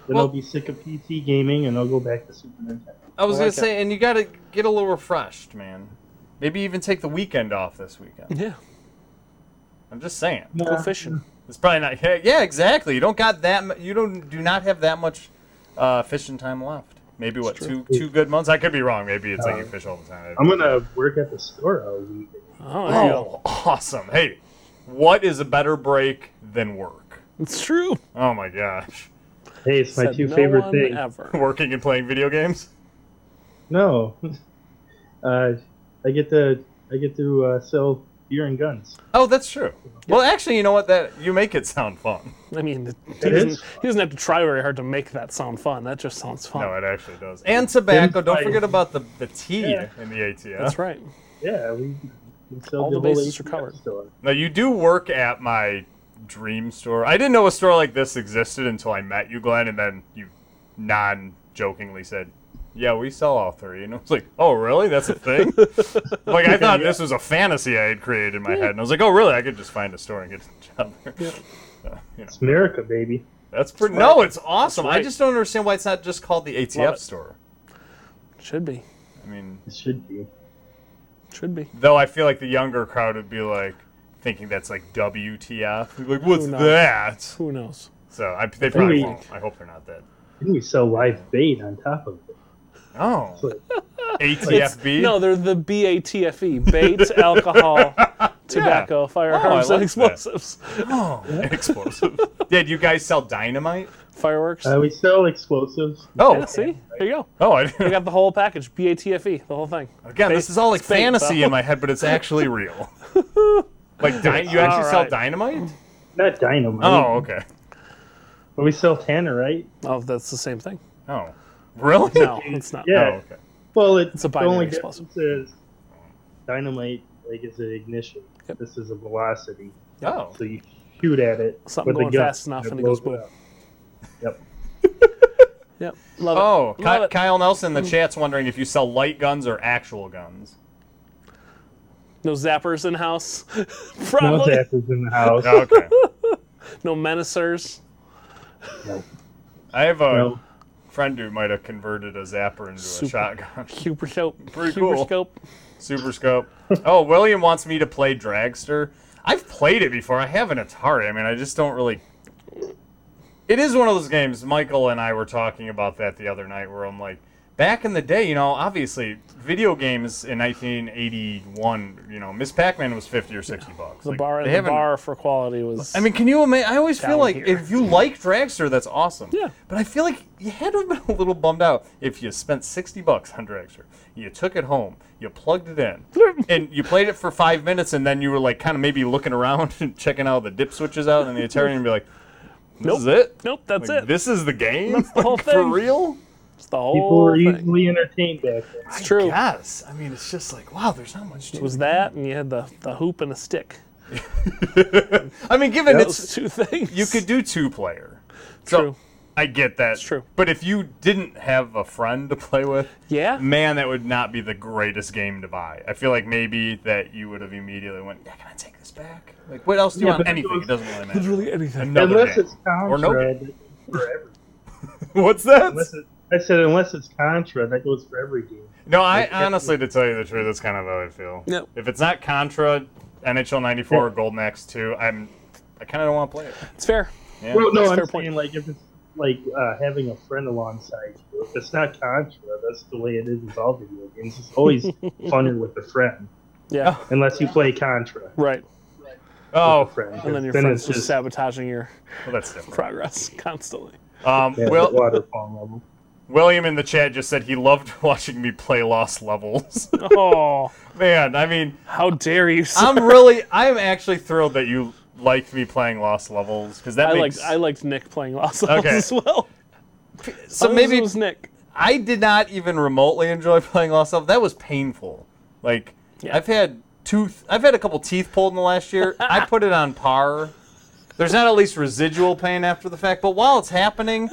[SPEAKER 4] Then
[SPEAKER 1] Well-
[SPEAKER 4] I'll be sick of PC gaming, and I'll go back to Super Nintendo.
[SPEAKER 1] I was
[SPEAKER 3] I
[SPEAKER 1] gonna
[SPEAKER 3] like
[SPEAKER 1] say, and you gotta get a little refreshed, man. Maybe even take the weekend off this weekend.
[SPEAKER 3] Yeah,
[SPEAKER 1] I'm just saying.
[SPEAKER 3] go fishing.
[SPEAKER 1] It's probably not. Yeah, yeah, exactly. You don't got that. mu- You don't do not have that much uh, fishing time left. Maybe what two two good months? I could be wrong. Maybe it's like you fish all the time.
[SPEAKER 4] Uh, I'm gonna work at the store all week.
[SPEAKER 3] Oh, there you go.
[SPEAKER 1] Oh, awesome! Hey, what is a better break than work?
[SPEAKER 3] It's true.
[SPEAKER 1] Oh my gosh,
[SPEAKER 4] Hey, it's my
[SPEAKER 3] Said
[SPEAKER 4] two
[SPEAKER 3] no
[SPEAKER 4] favorite
[SPEAKER 3] one
[SPEAKER 4] things.
[SPEAKER 3] Ever.
[SPEAKER 1] working and playing video games.
[SPEAKER 4] No, uh, I get to I get to uh, sell beer and guns.
[SPEAKER 1] Oh, that's true. Well, actually, you know what? That you make it sound fun.
[SPEAKER 3] I mean, it- he
[SPEAKER 4] It
[SPEAKER 3] doesn't,
[SPEAKER 4] is.
[SPEAKER 3] he doesn't have to try very hard to make that sound fun. That just sounds fun.
[SPEAKER 1] No, it actually does. Oh. And tobacco. Don't
[SPEAKER 4] Fight.
[SPEAKER 1] forget about the, the tea
[SPEAKER 4] Yeah.
[SPEAKER 1] in the ATF.
[SPEAKER 3] That's right.
[SPEAKER 4] Yeah, we, we sell
[SPEAKER 3] All
[SPEAKER 4] the,
[SPEAKER 3] the
[SPEAKER 4] whole
[SPEAKER 3] bases are
[SPEAKER 4] ATF
[SPEAKER 3] covered.
[SPEAKER 4] Store.
[SPEAKER 1] Now, you do work at my dream store. I didn't know a store like this existed until I met you, Glenn, and then you non jokingly said, Yeah, we sell all three. And I was like, Oh, really? That's a thing? like, I thought this was a fantasy I had created in my head. And I was like, Oh, really? I could just find a store and get a job there. Uh, you know,
[SPEAKER 4] It's America, baby.
[SPEAKER 1] that's pretty. No, it's awesome. I
[SPEAKER 3] right.
[SPEAKER 1] just don't understand why it's not just called the
[SPEAKER 3] Love
[SPEAKER 1] ATF
[SPEAKER 3] it.
[SPEAKER 1] store.
[SPEAKER 3] Should be.
[SPEAKER 1] I mean,
[SPEAKER 4] It should be.
[SPEAKER 3] Should be.
[SPEAKER 1] Though I feel like the younger crowd would be like thinking that's like WTF. Like, what's
[SPEAKER 3] Who knows?
[SPEAKER 1] that?
[SPEAKER 3] Who knows?
[SPEAKER 1] So I, they probably
[SPEAKER 4] we-
[SPEAKER 1] won't. I hope they're not that.
[SPEAKER 4] Didn't we sell live bait on top of it?
[SPEAKER 1] Oh.
[SPEAKER 3] It's-
[SPEAKER 1] ATFB?
[SPEAKER 3] No, they're the BATFE. E. Bait, alcohol, tobacco, firearms,
[SPEAKER 1] like
[SPEAKER 3] and
[SPEAKER 1] that.
[SPEAKER 3] explosives.
[SPEAKER 1] Oh, and explosive. yeah, do you guys sell dynamite?
[SPEAKER 3] Fireworks.
[SPEAKER 4] Uh, we sell explosives.
[SPEAKER 1] Oh.
[SPEAKER 3] yeah, see? There you go.
[SPEAKER 1] Oh, I
[SPEAKER 3] You got the whole package. BATFE, E, the whole thing.
[SPEAKER 1] Again, this is all like
[SPEAKER 3] It's fake,
[SPEAKER 1] fantasy
[SPEAKER 3] though.
[SPEAKER 1] in my head, but it's actually real. Like, di- you actually
[SPEAKER 3] All
[SPEAKER 1] sell
[SPEAKER 3] right. Mm-hmm.
[SPEAKER 1] dynamite?
[SPEAKER 4] Not dynamite.
[SPEAKER 1] Oh, okay.
[SPEAKER 4] But we sell tannerite.
[SPEAKER 3] Oh, that's the same thing.
[SPEAKER 1] Oh. Really?
[SPEAKER 3] No, it's not.
[SPEAKER 1] Oh,
[SPEAKER 4] Yeah.
[SPEAKER 1] okay.
[SPEAKER 4] Well, it,
[SPEAKER 3] a
[SPEAKER 4] the
[SPEAKER 3] binary
[SPEAKER 4] only
[SPEAKER 3] explosive.
[SPEAKER 4] difference is dynamite like is an ignition.
[SPEAKER 3] Yep.
[SPEAKER 4] This is a velocity,
[SPEAKER 1] Oh.
[SPEAKER 4] so you shoot at it
[SPEAKER 3] Something
[SPEAKER 4] with a
[SPEAKER 3] going
[SPEAKER 4] gun,
[SPEAKER 3] fast enough and it
[SPEAKER 4] blows
[SPEAKER 3] goes boom.
[SPEAKER 4] up. Yep.
[SPEAKER 3] Yep. Love
[SPEAKER 1] Oh,
[SPEAKER 3] it.
[SPEAKER 1] Ky-
[SPEAKER 3] Love it. Mm-hmm.
[SPEAKER 1] Kyle Nelson in the chat's wondering if you sell light guns or actual guns.
[SPEAKER 3] No zappers in house.
[SPEAKER 4] No
[SPEAKER 3] Probably.
[SPEAKER 4] zappers in the house.
[SPEAKER 1] Okay.
[SPEAKER 3] No menacers.
[SPEAKER 1] I have a
[SPEAKER 4] No.
[SPEAKER 1] friend who might have converted a zapper into a
[SPEAKER 3] Super.
[SPEAKER 1] shotgun.
[SPEAKER 3] Cooper scope.
[SPEAKER 1] Pretty
[SPEAKER 3] Cooper
[SPEAKER 1] cool.
[SPEAKER 3] scope.
[SPEAKER 1] Super Scope. Oh, William wants me to play Dragster. I've played it before. I have an Atari. I mean, I just don't really. It is one of those games. Michael and I were talking about that the other night, where I'm like, back in the day, you know, obviously, video games in 1981, you know, Miss Pac-Man was 50 or 60 bucks.
[SPEAKER 3] The
[SPEAKER 1] Like,
[SPEAKER 3] bar,
[SPEAKER 1] they
[SPEAKER 3] the
[SPEAKER 1] haven't-
[SPEAKER 3] bar for quality was.
[SPEAKER 1] I mean, can you imagine? I always feel
[SPEAKER 3] Down
[SPEAKER 1] like
[SPEAKER 3] here.
[SPEAKER 1] if you like Dragster, that's awesome.
[SPEAKER 3] Yeah.
[SPEAKER 1] But I feel like you had to have been a little bummed out if you spent 60 bucks on Dragster, you took it home, you plugged it in, and you played it for five minutes, and then you were like kind of maybe looking around and checking out the dip switches out and the Atari and be like, this
[SPEAKER 3] Nope.
[SPEAKER 1] is it?
[SPEAKER 3] nope, that's
[SPEAKER 1] Like,
[SPEAKER 3] it.
[SPEAKER 1] This is the game?
[SPEAKER 3] That's the whole
[SPEAKER 1] Like, For
[SPEAKER 3] thing.
[SPEAKER 1] real?
[SPEAKER 3] It's the whole
[SPEAKER 4] People were
[SPEAKER 3] thing.
[SPEAKER 4] easily entertained back then.
[SPEAKER 3] It's true.
[SPEAKER 1] Yes. I mean, it's just like, wow, there's not much
[SPEAKER 3] It
[SPEAKER 1] to
[SPEAKER 3] was that, and you had the, the hoop and a stick.
[SPEAKER 1] I mean, given it's
[SPEAKER 3] Those two things.
[SPEAKER 1] you could do two player.
[SPEAKER 3] True.
[SPEAKER 1] So I get that.
[SPEAKER 3] true.
[SPEAKER 1] But if you didn't have a friend to play with,
[SPEAKER 3] Yeah.
[SPEAKER 1] man, that would not be the greatest game to buy. I feel like maybe that you would have immediately went, yeah, can I take this back? Like, what else do you
[SPEAKER 4] Yeah,
[SPEAKER 1] want?
[SPEAKER 4] but
[SPEAKER 1] Anything. It
[SPEAKER 4] those-
[SPEAKER 1] doesn't really matter.
[SPEAKER 3] Literally anything.
[SPEAKER 1] Another
[SPEAKER 4] Unless
[SPEAKER 1] game.
[SPEAKER 4] it's
[SPEAKER 1] Or no
[SPEAKER 4] Contra,
[SPEAKER 1] game.
[SPEAKER 4] that goes for every.
[SPEAKER 1] What's that?
[SPEAKER 4] Unless it, I said unless it's Contra, that goes for every game.
[SPEAKER 1] No, I honestly, to tell you the truth, that's kind of how I feel.
[SPEAKER 3] Yep.
[SPEAKER 1] If it's not Contra, NHL 94, or Golden Axe 2, I'm, I kind of don't want to play it.
[SPEAKER 3] It's fair.
[SPEAKER 1] Yeah.
[SPEAKER 4] Well, no,
[SPEAKER 3] That's
[SPEAKER 4] I'm
[SPEAKER 3] fair point.
[SPEAKER 4] saying like if it's like uh, having a friend alongside you. If it's not Contra, that's the way it is with all video games. It's always funner with a friend,
[SPEAKER 3] Yeah.
[SPEAKER 4] unless you play Contra.
[SPEAKER 3] Right.
[SPEAKER 1] oh,
[SPEAKER 4] Friend,
[SPEAKER 3] And then your
[SPEAKER 4] then
[SPEAKER 3] friend's
[SPEAKER 4] it's
[SPEAKER 3] just
[SPEAKER 4] just
[SPEAKER 3] sabotaging your
[SPEAKER 1] well, that's different.
[SPEAKER 3] progress constantly.
[SPEAKER 1] Um,
[SPEAKER 4] yeah,
[SPEAKER 1] Will,
[SPEAKER 4] waterfall level.
[SPEAKER 1] William in the chat just said he loved watching me play Lost Levels.
[SPEAKER 3] Oh,
[SPEAKER 1] Man, I mean,
[SPEAKER 3] how dare you! Sir.
[SPEAKER 1] I'm really, I'm actually thrilled that you liked me playing Lost Levels because that
[SPEAKER 3] I liked
[SPEAKER 1] makes.
[SPEAKER 3] I liked Nick playing Lost
[SPEAKER 1] Okay.
[SPEAKER 3] Levels as well.
[SPEAKER 1] so
[SPEAKER 3] Others,
[SPEAKER 1] maybe
[SPEAKER 3] it was Nick.
[SPEAKER 1] I did not even remotely enjoy playing Lost Levels. That was painful. Like
[SPEAKER 3] Yeah.
[SPEAKER 1] I've had tooth, I've had a couple teeth pulled in the last year. I put it on par. There's not at least residual pain after the fact, but while it's happening,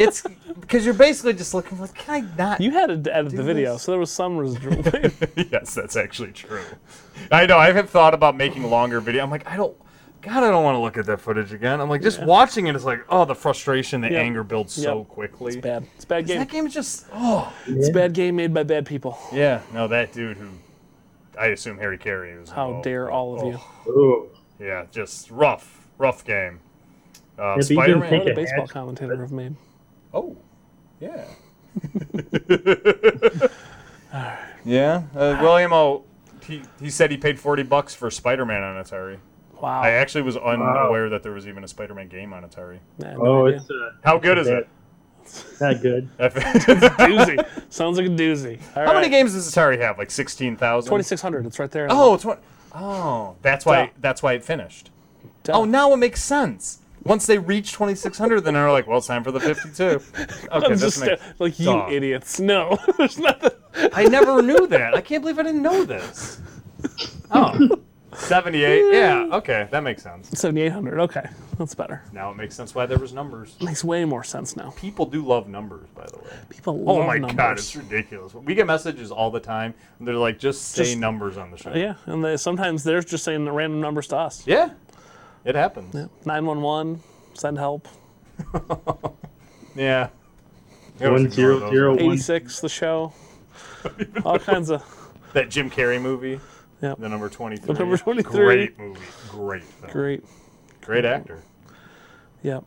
[SPEAKER 1] it's because you're basically just looking like, can I not?
[SPEAKER 3] You had to edit the video,
[SPEAKER 1] this.
[SPEAKER 3] so there was some residual. pain.
[SPEAKER 1] yes, that's actually true. I know. I have thought about making longer video. I'm like, I don't. God, I don't want to look at that footage again. I'm like, just watching it, it's like, oh, the frustration, the
[SPEAKER 3] Yep.
[SPEAKER 1] anger builds so
[SPEAKER 3] Yep.
[SPEAKER 1] quickly.
[SPEAKER 3] bad. It's a bad game.
[SPEAKER 1] That game is just, oh.
[SPEAKER 3] It's a bad game made by bad people.
[SPEAKER 1] Yeah, no, that dude who, I assume Harry Carey was.
[SPEAKER 3] How
[SPEAKER 1] involved. Oh,
[SPEAKER 3] dare all of you?
[SPEAKER 4] Ooh.
[SPEAKER 1] Yeah, just rough, rough game. Uh,
[SPEAKER 4] but you didn't
[SPEAKER 1] Spider-Man.
[SPEAKER 4] take
[SPEAKER 3] What a
[SPEAKER 4] it.
[SPEAKER 3] baseball
[SPEAKER 4] Hatchet.
[SPEAKER 3] commentator have made.
[SPEAKER 1] Oh, yeah. Yeah, uh, William O. He, he said he paid forty bucks for Spider-Man on Atari.
[SPEAKER 3] Wow.
[SPEAKER 1] I actually was unaware that there was even a Spider-Man game on Atari.
[SPEAKER 3] I had no
[SPEAKER 4] Oh,
[SPEAKER 3] idea.
[SPEAKER 4] it's uh,
[SPEAKER 1] How good is it?
[SPEAKER 4] not good.
[SPEAKER 3] doozy. Sounds like a doozy. All
[SPEAKER 1] How many
[SPEAKER 3] right.
[SPEAKER 1] games does Atari have? Like sixteen thousand.
[SPEAKER 3] Twenty six hundred. It's right there.
[SPEAKER 1] Oh, 20. Oh, that's why.
[SPEAKER 3] Duh.
[SPEAKER 1] That's why it finished.
[SPEAKER 3] Duh.
[SPEAKER 1] Oh, now it makes sense. Once they reach 2600, then they're like, "Well, it's time for the 52." Okay,
[SPEAKER 3] I'm
[SPEAKER 1] this
[SPEAKER 3] just
[SPEAKER 1] makes.
[SPEAKER 3] uh, like you
[SPEAKER 1] Duh.
[SPEAKER 3] idiots. No, there's nothing.
[SPEAKER 1] I never knew that. I can't believe I didn't know this. Oh. 78. Yeah. Okay, that makes sense.
[SPEAKER 3] Seventy eight hundred. Okay, that's better.
[SPEAKER 1] Now it makes sense why there was numbers.
[SPEAKER 3] Makes way more sense now.
[SPEAKER 1] People do love numbers, by the way.
[SPEAKER 3] People love
[SPEAKER 1] Oh my
[SPEAKER 3] numbers.
[SPEAKER 1] god, it's ridiculous. We get messages all the time. And they're like, "Just say
[SPEAKER 3] Just- Uh,
[SPEAKER 1] numbers on the show."
[SPEAKER 3] Yeah, and they, sometimes they're just saying the random numbers to us.
[SPEAKER 1] Yeah. It happens.
[SPEAKER 3] 911, send help.
[SPEAKER 1] Yeah. I always ignore
[SPEAKER 4] One zero
[SPEAKER 1] those.
[SPEAKER 4] zero one.
[SPEAKER 3] 86, the show. All kinds of.
[SPEAKER 1] That Jim Carrey movie.
[SPEAKER 3] Yep.
[SPEAKER 1] The number 23.
[SPEAKER 3] number 23.
[SPEAKER 1] Great movie. Great film. Great,
[SPEAKER 3] Great.
[SPEAKER 1] actor.
[SPEAKER 3] Yep.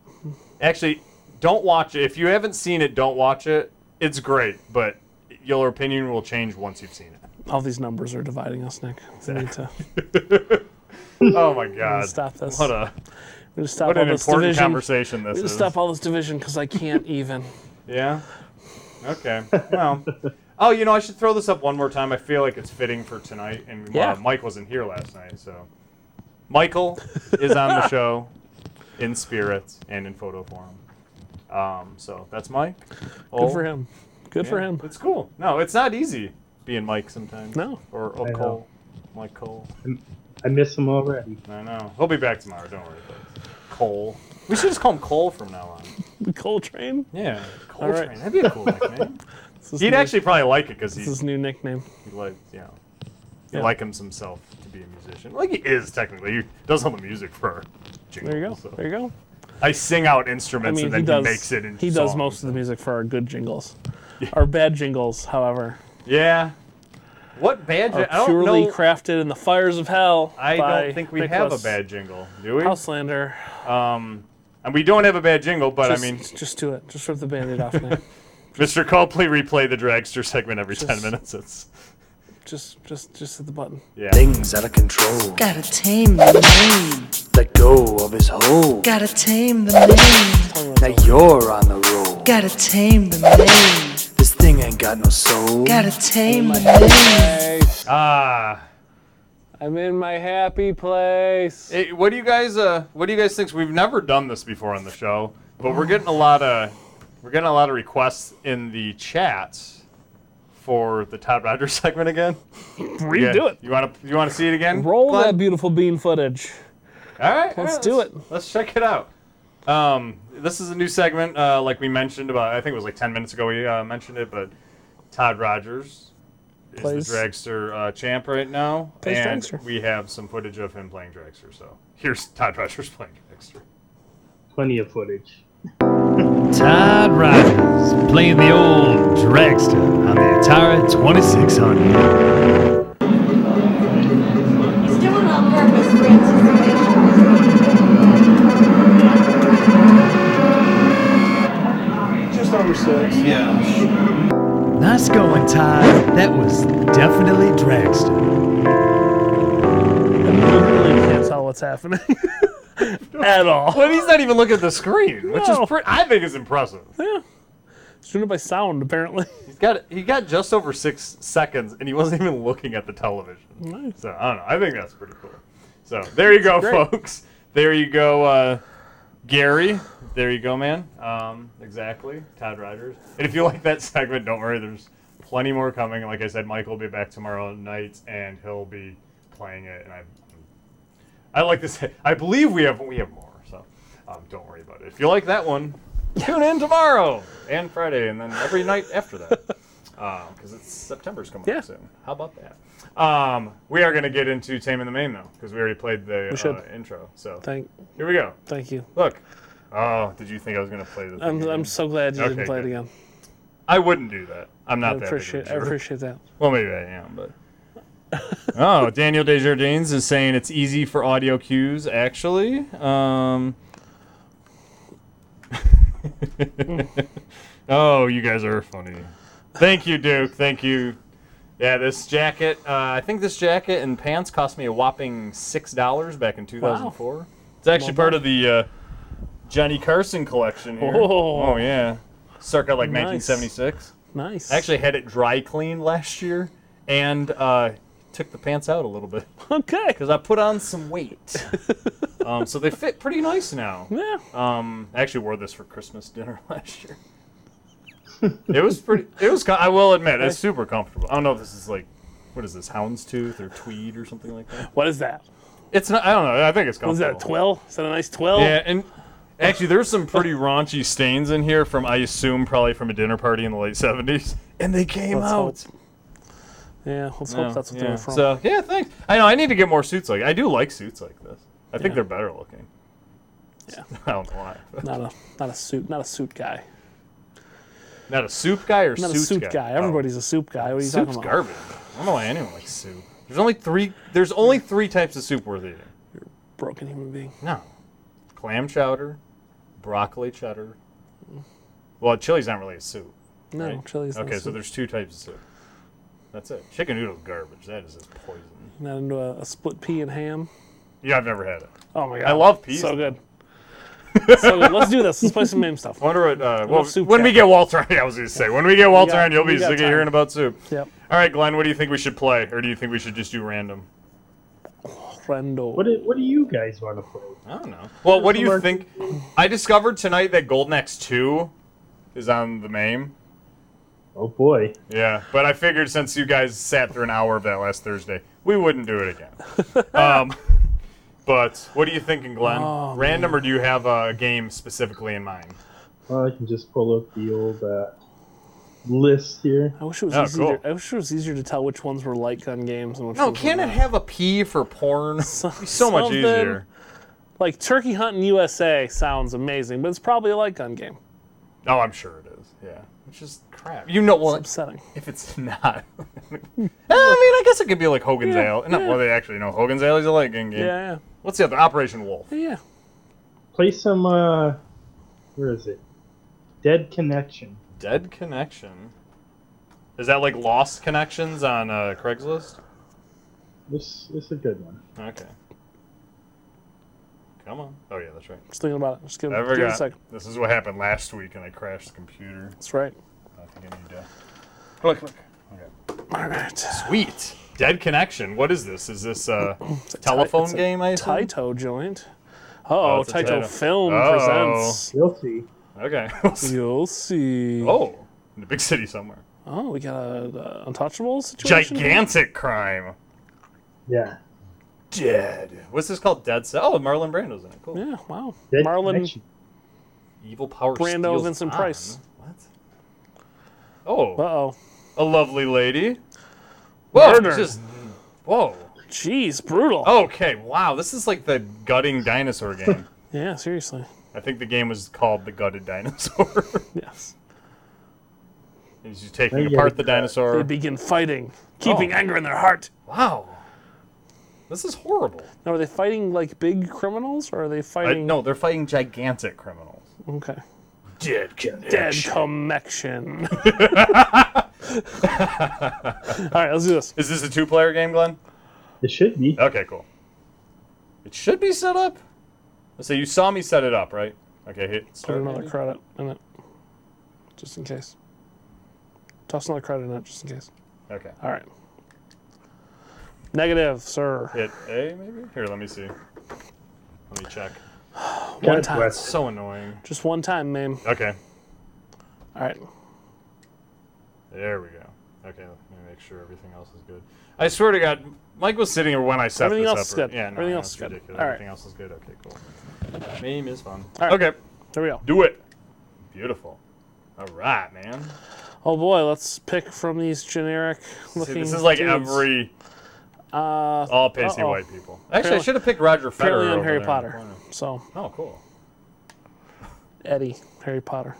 [SPEAKER 1] Actually, don't watch it. If you haven't seen it, don't watch it. It's great, but your opinion will change once you've seen it.
[SPEAKER 3] All these numbers are dividing us, Nick. We need to,
[SPEAKER 1] Oh my god.
[SPEAKER 3] stop this.
[SPEAKER 1] What a
[SPEAKER 3] we need to stop
[SPEAKER 1] what
[SPEAKER 3] all
[SPEAKER 1] an
[SPEAKER 3] this
[SPEAKER 1] important
[SPEAKER 3] division.
[SPEAKER 1] conversation this
[SPEAKER 3] We need to
[SPEAKER 1] is.
[SPEAKER 3] stop all this division because I can't even.
[SPEAKER 1] Yeah. Okay. Well. oh, you know, I should throw this up one more time. I feel like it's fitting for tonight, and uh,
[SPEAKER 3] Yeah.
[SPEAKER 1] Mike wasn't here last night, so Michael is on the show in spirit and in photo form. Um, so that's Mike.
[SPEAKER 3] Good for him. Good for him.
[SPEAKER 1] It's cool. No, it's not easy being Mike sometimes.
[SPEAKER 3] No.
[SPEAKER 1] Or or
[SPEAKER 4] I know.
[SPEAKER 1] Cole. Mike Cole.
[SPEAKER 4] I miss him already.
[SPEAKER 1] I know. He'll be back tomorrow. Don't worry. Folks. Cole. We should just call him Cole from now on.
[SPEAKER 3] The Coltrane.
[SPEAKER 1] Yeah. Cole
[SPEAKER 3] All right.
[SPEAKER 1] train. That'd be a cool nickname.
[SPEAKER 3] This is
[SPEAKER 1] He'd
[SPEAKER 3] new-
[SPEAKER 1] actually probably like it because
[SPEAKER 3] This
[SPEAKER 1] he's
[SPEAKER 3] is his new nickname.
[SPEAKER 1] He like, you know, he
[SPEAKER 3] Yeah.
[SPEAKER 1] likens himself to be a musician. Like he is technically. He does all the music for. Jingles,
[SPEAKER 3] There you go.
[SPEAKER 1] so.
[SPEAKER 3] There you go.
[SPEAKER 1] I sing out
[SPEAKER 3] I
[SPEAKER 1] instruments
[SPEAKER 3] mean,
[SPEAKER 1] and
[SPEAKER 3] he
[SPEAKER 1] then he,
[SPEAKER 3] does.
[SPEAKER 1] makes it. In
[SPEAKER 3] he does
[SPEAKER 1] songs.
[SPEAKER 3] most of the music for our good jingles. Our bad jingles, however,
[SPEAKER 1] Yeah, What bad?
[SPEAKER 3] are
[SPEAKER 1] I don't
[SPEAKER 3] purely
[SPEAKER 1] know-
[SPEAKER 3] crafted in the fires of hell.
[SPEAKER 1] I
[SPEAKER 3] by
[SPEAKER 1] don't think we have a
[SPEAKER 3] Nicholas
[SPEAKER 1] bad jingle, do we?
[SPEAKER 3] Houselander.
[SPEAKER 1] Um, and we don't have a bad jingle, but
[SPEAKER 3] Just,
[SPEAKER 1] I mean,
[SPEAKER 3] just do it. Just rip the band-aid off. Nick.
[SPEAKER 1] Mr. Copley replay the dragster segment every ten
[SPEAKER 3] Just-
[SPEAKER 1] minutes. It's
[SPEAKER 3] just, just, just hit the button.
[SPEAKER 1] yeah.
[SPEAKER 8] Things out of control.
[SPEAKER 9] Gotta tame the name.
[SPEAKER 8] Let go of his hold.
[SPEAKER 9] Gotta tame the name.
[SPEAKER 8] Now you're on the roll.
[SPEAKER 9] Gotta tame the name.
[SPEAKER 8] This thing ain't got no soul.
[SPEAKER 9] Gotta tame the name.
[SPEAKER 1] Ah,
[SPEAKER 3] I'm in my happy place.
[SPEAKER 1] Hey, what do you guys? Uh, what do you guys think? We've never done this before on the show, but we're getting a lot of we're getting a lot of requests in the chats for the Todd Rogers segment again.
[SPEAKER 3] Redo
[SPEAKER 1] Yeah.
[SPEAKER 3] it.
[SPEAKER 1] You want to you want to see it again?
[SPEAKER 3] Roll
[SPEAKER 1] Glenn?
[SPEAKER 3] that beautiful bean footage.
[SPEAKER 1] All right, all
[SPEAKER 3] Let's
[SPEAKER 1] right,
[SPEAKER 3] do it.
[SPEAKER 1] Let's check it out. Um, this is a new segment, uh, like we mentioned about. I think it was like ten minutes ago we uh, mentioned it, but Todd Rogers is
[SPEAKER 3] Plays-
[SPEAKER 1] the dragster uh, champ right now,
[SPEAKER 3] Plays
[SPEAKER 1] and
[SPEAKER 3] dragster.
[SPEAKER 1] we have some footage of him playing dragster. So here's Todd Rogers playing dragster.
[SPEAKER 4] Plenty of footage.
[SPEAKER 2] Todd Rogers playing the old dragster on the Atari 2600.
[SPEAKER 6] He's doing it on purpose for anticipation.
[SPEAKER 4] Just over six.
[SPEAKER 7] Yeah.
[SPEAKER 2] Nice going, Todd. That was definitely dragster.
[SPEAKER 3] I really can't tell what's happening at all.
[SPEAKER 1] But he's not even looking at the screen, which
[SPEAKER 3] No.
[SPEAKER 1] is pre- I think is impressive.
[SPEAKER 3] It's doing it by sound, apparently.
[SPEAKER 1] He's got he got just over six seconds, and he wasn't even looking at the television. So I don't know. I think that's pretty cool. So there you go,
[SPEAKER 3] great.
[SPEAKER 1] folks. There you go, uh, Gary. There you go, man. Um, exactly, Todd Rogers. And if you like that segment, don't worry. There's plenty more coming. And Like I said, Mike will be back tomorrow night, and he'll be playing it. And I, I like to say, I believe we have we have more. So um, don't worry about it. If you like that one, tune in tomorrow and Friday, and then every night after that. because it's September's coming
[SPEAKER 3] Yeah.
[SPEAKER 1] up soon. How about that? Um, we are going to get into Taming the Main though, because we already played the
[SPEAKER 3] should.
[SPEAKER 1] uh, intro. So
[SPEAKER 3] Thank,
[SPEAKER 1] here we go.
[SPEAKER 3] thank you.
[SPEAKER 1] Look. Oh, did you think I was going to play this?
[SPEAKER 3] I'm,
[SPEAKER 1] again?
[SPEAKER 3] I'm so glad you
[SPEAKER 1] Okay,
[SPEAKER 3] didn't play
[SPEAKER 1] good.
[SPEAKER 3] it again.
[SPEAKER 1] I wouldn't do that. I'm
[SPEAKER 3] I
[SPEAKER 1] not that.
[SPEAKER 3] appreciate,
[SPEAKER 1] big of
[SPEAKER 3] I
[SPEAKER 1] a jerk.
[SPEAKER 3] appreciate that.
[SPEAKER 1] Well, maybe I am, but. oh, Daniel Desjardins is saying it's easy for audio cues, actually. Um, oh, you guys are funny. Thank you, Duke. Thank you. Yeah, this jacket, uh, I think this jacket and pants cost me a whopping $6 back in 2004. It's actually part of the uh, Johnny Carson collection here.
[SPEAKER 3] Oh.
[SPEAKER 1] oh yeah. Circa like
[SPEAKER 3] Nice.
[SPEAKER 1] 1976.
[SPEAKER 3] Nice.
[SPEAKER 1] I actually had it dry cleaned last year and uh, took the pants out a little bit
[SPEAKER 3] okay.
[SPEAKER 1] because I put on some weight. um, so they fit pretty nice now.
[SPEAKER 3] Yeah.
[SPEAKER 1] Um, I actually wore this for Christmas dinner last year. it was pretty. It was. co- I will admit, it's super comfortable. I don't know if this is like, what is this, houndstooth or tweed or something like that.
[SPEAKER 3] What is that?
[SPEAKER 1] It's not. I don't know. I think it's comfortable.
[SPEAKER 3] Was that a twill? Is that a nice twill?
[SPEAKER 1] Oh. Yeah, and actually, there's some pretty raunchy stains in here from, I assume, probably from a dinner party in the late 70s. And they came
[SPEAKER 3] Let's
[SPEAKER 1] out.
[SPEAKER 3] hope. Yeah, let's
[SPEAKER 1] Oh,
[SPEAKER 3] hope that's what they
[SPEAKER 1] yeah.
[SPEAKER 3] were from.
[SPEAKER 1] So yeah, thanks. I know I need to get more suits like I do like suits like this. I think they're better looking.
[SPEAKER 3] Yeah.
[SPEAKER 1] I don't know why.
[SPEAKER 3] not a not a suit not a suit guy.
[SPEAKER 1] Not a soup guy or
[SPEAKER 3] Not
[SPEAKER 1] suits
[SPEAKER 3] a suit guy.
[SPEAKER 1] Oh.
[SPEAKER 3] Everybody's a soup guy. What are you
[SPEAKER 1] soup's
[SPEAKER 3] talking about?
[SPEAKER 1] garbage. I don't know why anyone likes soup. There's only three. There's only three types of soup worth eating.
[SPEAKER 3] Broken human being.
[SPEAKER 1] No, clam chowder, broccoli cheddar. Well, chili's not really a soup.
[SPEAKER 3] No,
[SPEAKER 1] right?
[SPEAKER 3] chili's not
[SPEAKER 1] Okay, so
[SPEAKER 3] soup.
[SPEAKER 1] there's two types of soup. That's it. Chicken noodle's garbage. That is a poison.
[SPEAKER 3] Not into a, a split pea and ham.
[SPEAKER 1] Yeah, I've never had it.
[SPEAKER 3] Oh my god.
[SPEAKER 1] I love peas.
[SPEAKER 3] So good. so good. Let's do this. Let's play some meme stuff.
[SPEAKER 1] I wonder what. Uh, well,
[SPEAKER 3] soup
[SPEAKER 1] when we
[SPEAKER 3] capital.
[SPEAKER 1] get Walter, on- I was gonna say when we get Walter
[SPEAKER 3] got-
[SPEAKER 1] on, you'll
[SPEAKER 3] we
[SPEAKER 1] be
[SPEAKER 3] got
[SPEAKER 1] sick of
[SPEAKER 3] time.
[SPEAKER 1] hearing about soup.
[SPEAKER 3] Yep.
[SPEAKER 1] All right, Glenn, what do you think we should play, or do you think we should just do random?
[SPEAKER 3] Friendo.
[SPEAKER 4] What do, what do you guys want to play?
[SPEAKER 1] I don't know. Well, what do you think? I discovered tonight that Golden Axe Two is on the MAME.
[SPEAKER 4] Oh boy.
[SPEAKER 1] Yeah, but I figured since you guys sat through an hour of that last Thursday, we wouldn't do it again. um, but what are you thinking, Glenn?
[SPEAKER 3] Oh,
[SPEAKER 1] random, or do you have a game specifically in mind?
[SPEAKER 4] Well, I can just pull up the old uh, list here.
[SPEAKER 3] I wish it was
[SPEAKER 1] Oh, cool.
[SPEAKER 3] easier. I wish it was easier to tell which ones were like on games and which
[SPEAKER 1] No,
[SPEAKER 3] ones were
[SPEAKER 1] can it
[SPEAKER 3] not.
[SPEAKER 1] have a P for porn?
[SPEAKER 3] So-
[SPEAKER 1] so much
[SPEAKER 3] something-
[SPEAKER 1] easier.
[SPEAKER 3] Like Turkey Hunting USA sounds amazing, but it's probably a light gun game.
[SPEAKER 1] Oh, I'm sure it is. Yeah. It's just crap. You know what?
[SPEAKER 3] upsetting.
[SPEAKER 1] If it's not. Eh, I mean, I guess it could be like Hogan's
[SPEAKER 3] Yeah,
[SPEAKER 1] Ale. No,
[SPEAKER 3] yeah.
[SPEAKER 1] well, they actually know Hogan's Ale is a light game game.
[SPEAKER 3] Yeah,
[SPEAKER 1] What's the other? Operation Wolf.
[SPEAKER 3] yeah, yeah.
[SPEAKER 4] Play some. uh Where is it? Dead Connection.
[SPEAKER 1] Dead Connection. Is that like lost connections on uh, Craigslist?
[SPEAKER 4] This, this is a good one.
[SPEAKER 1] Okay. Come on. Oh, yeah, that's right.
[SPEAKER 3] Just thinking about it. Just give,
[SPEAKER 1] I
[SPEAKER 3] give it a
[SPEAKER 1] forgot.
[SPEAKER 3] second.
[SPEAKER 1] This is what happened last week, and I crashed the computer.
[SPEAKER 3] That's right.
[SPEAKER 1] I think I need to.
[SPEAKER 3] Look, look.
[SPEAKER 1] Okay.
[SPEAKER 3] All right.
[SPEAKER 1] Sweet. Dead Connection. What is this? Is this uh, a
[SPEAKER 3] ti-
[SPEAKER 1] telephone
[SPEAKER 3] it's a
[SPEAKER 1] game? I assume?
[SPEAKER 3] Taito joint. Oh,
[SPEAKER 1] it's a
[SPEAKER 3] Taito
[SPEAKER 1] Taito.
[SPEAKER 3] Film
[SPEAKER 1] Oh.
[SPEAKER 3] presents.
[SPEAKER 4] You'll see.
[SPEAKER 1] Okay.
[SPEAKER 3] You'll see.
[SPEAKER 1] oh, in the big city somewhere.
[SPEAKER 3] Oh, we got a, a untouchable situation. here?
[SPEAKER 1] Gigantic crime.
[SPEAKER 4] Yeah.
[SPEAKER 1] Dead. What's this called? Dead Cell. Oh, Marlon Brando's in it. Cool.
[SPEAKER 3] Yeah. Wow.
[SPEAKER 4] Dead
[SPEAKER 3] Marlon.
[SPEAKER 4] Connection.
[SPEAKER 1] Evil power.
[SPEAKER 3] Brando,
[SPEAKER 1] steals
[SPEAKER 3] Vincent
[SPEAKER 1] on.
[SPEAKER 3] Price.
[SPEAKER 1] What? Oh,
[SPEAKER 3] Uh oh.
[SPEAKER 1] a lovely lady. Whoa.
[SPEAKER 3] Murder.
[SPEAKER 1] it's Just, whoa.
[SPEAKER 3] Jeez, brutal.
[SPEAKER 1] Okay. Wow. This is like the gutting dinosaur game.
[SPEAKER 3] Yeah. Seriously.
[SPEAKER 1] I think the game was called the gutted dinosaur.
[SPEAKER 3] Yes.
[SPEAKER 1] He's just taking
[SPEAKER 4] They get
[SPEAKER 1] apart
[SPEAKER 4] it
[SPEAKER 1] the
[SPEAKER 4] cut.
[SPEAKER 3] They
[SPEAKER 1] dinosaur.
[SPEAKER 3] begin fighting, keeping anger in their heart.
[SPEAKER 1] wow. This is horrible.
[SPEAKER 3] Now, are they fighting like big criminals, or are they
[SPEAKER 1] I,
[SPEAKER 3] fighting?
[SPEAKER 1] no, they're fighting gigantic criminals.
[SPEAKER 3] Okay.
[SPEAKER 1] Dead connection.
[SPEAKER 3] Dead connection. All right, let's do this.
[SPEAKER 1] Is this a two-player game, Glenn?
[SPEAKER 4] It should be.
[SPEAKER 1] Okay, cool. It should be set up. So you saw me set it up, right? Okay, hit
[SPEAKER 3] Put
[SPEAKER 1] start.
[SPEAKER 3] another
[SPEAKER 1] maybe?
[SPEAKER 3] credit in it, just in case. Toss another credit in it, just in case.
[SPEAKER 1] Okay.
[SPEAKER 3] All right. Negative, sir.
[SPEAKER 1] Hit A, maybe? Here, let me see. Let me check.
[SPEAKER 3] One
[SPEAKER 4] God
[SPEAKER 3] time.
[SPEAKER 4] bless.
[SPEAKER 1] So annoying.
[SPEAKER 3] Just one time, ma'am.
[SPEAKER 1] Okay,
[SPEAKER 3] All right.
[SPEAKER 1] there we go. Okay, let me make sure everything else is good. I swear to God, Mike was sitting here when I set
[SPEAKER 3] Everything
[SPEAKER 1] this
[SPEAKER 3] else
[SPEAKER 1] up.
[SPEAKER 3] is
[SPEAKER 1] or-
[SPEAKER 3] good.
[SPEAKER 1] Yeah, no,
[SPEAKER 3] Everything
[SPEAKER 1] no,
[SPEAKER 3] else
[SPEAKER 1] it's
[SPEAKER 3] is good.
[SPEAKER 1] ridiculous.
[SPEAKER 3] All right.
[SPEAKER 1] Everything else is good. Okay, cool. Name is fun.
[SPEAKER 3] All right.
[SPEAKER 1] Okay,
[SPEAKER 3] There we go.
[SPEAKER 1] do it. Beautiful. All right, man.
[SPEAKER 3] Oh boy, let's pick from these generic
[SPEAKER 1] See,
[SPEAKER 3] looking.
[SPEAKER 1] this is like
[SPEAKER 3] dudes.
[SPEAKER 1] every
[SPEAKER 3] Uh,
[SPEAKER 1] all pissy
[SPEAKER 3] Uh-oh.
[SPEAKER 1] white people. Actually, I
[SPEAKER 3] Apparently-
[SPEAKER 1] should have picked Roger Federer.
[SPEAKER 3] apparently I'm
[SPEAKER 1] over
[SPEAKER 3] Harry
[SPEAKER 1] there.
[SPEAKER 3] Potter. So
[SPEAKER 1] Oh, cool.
[SPEAKER 3] Eddie, Harry Potter.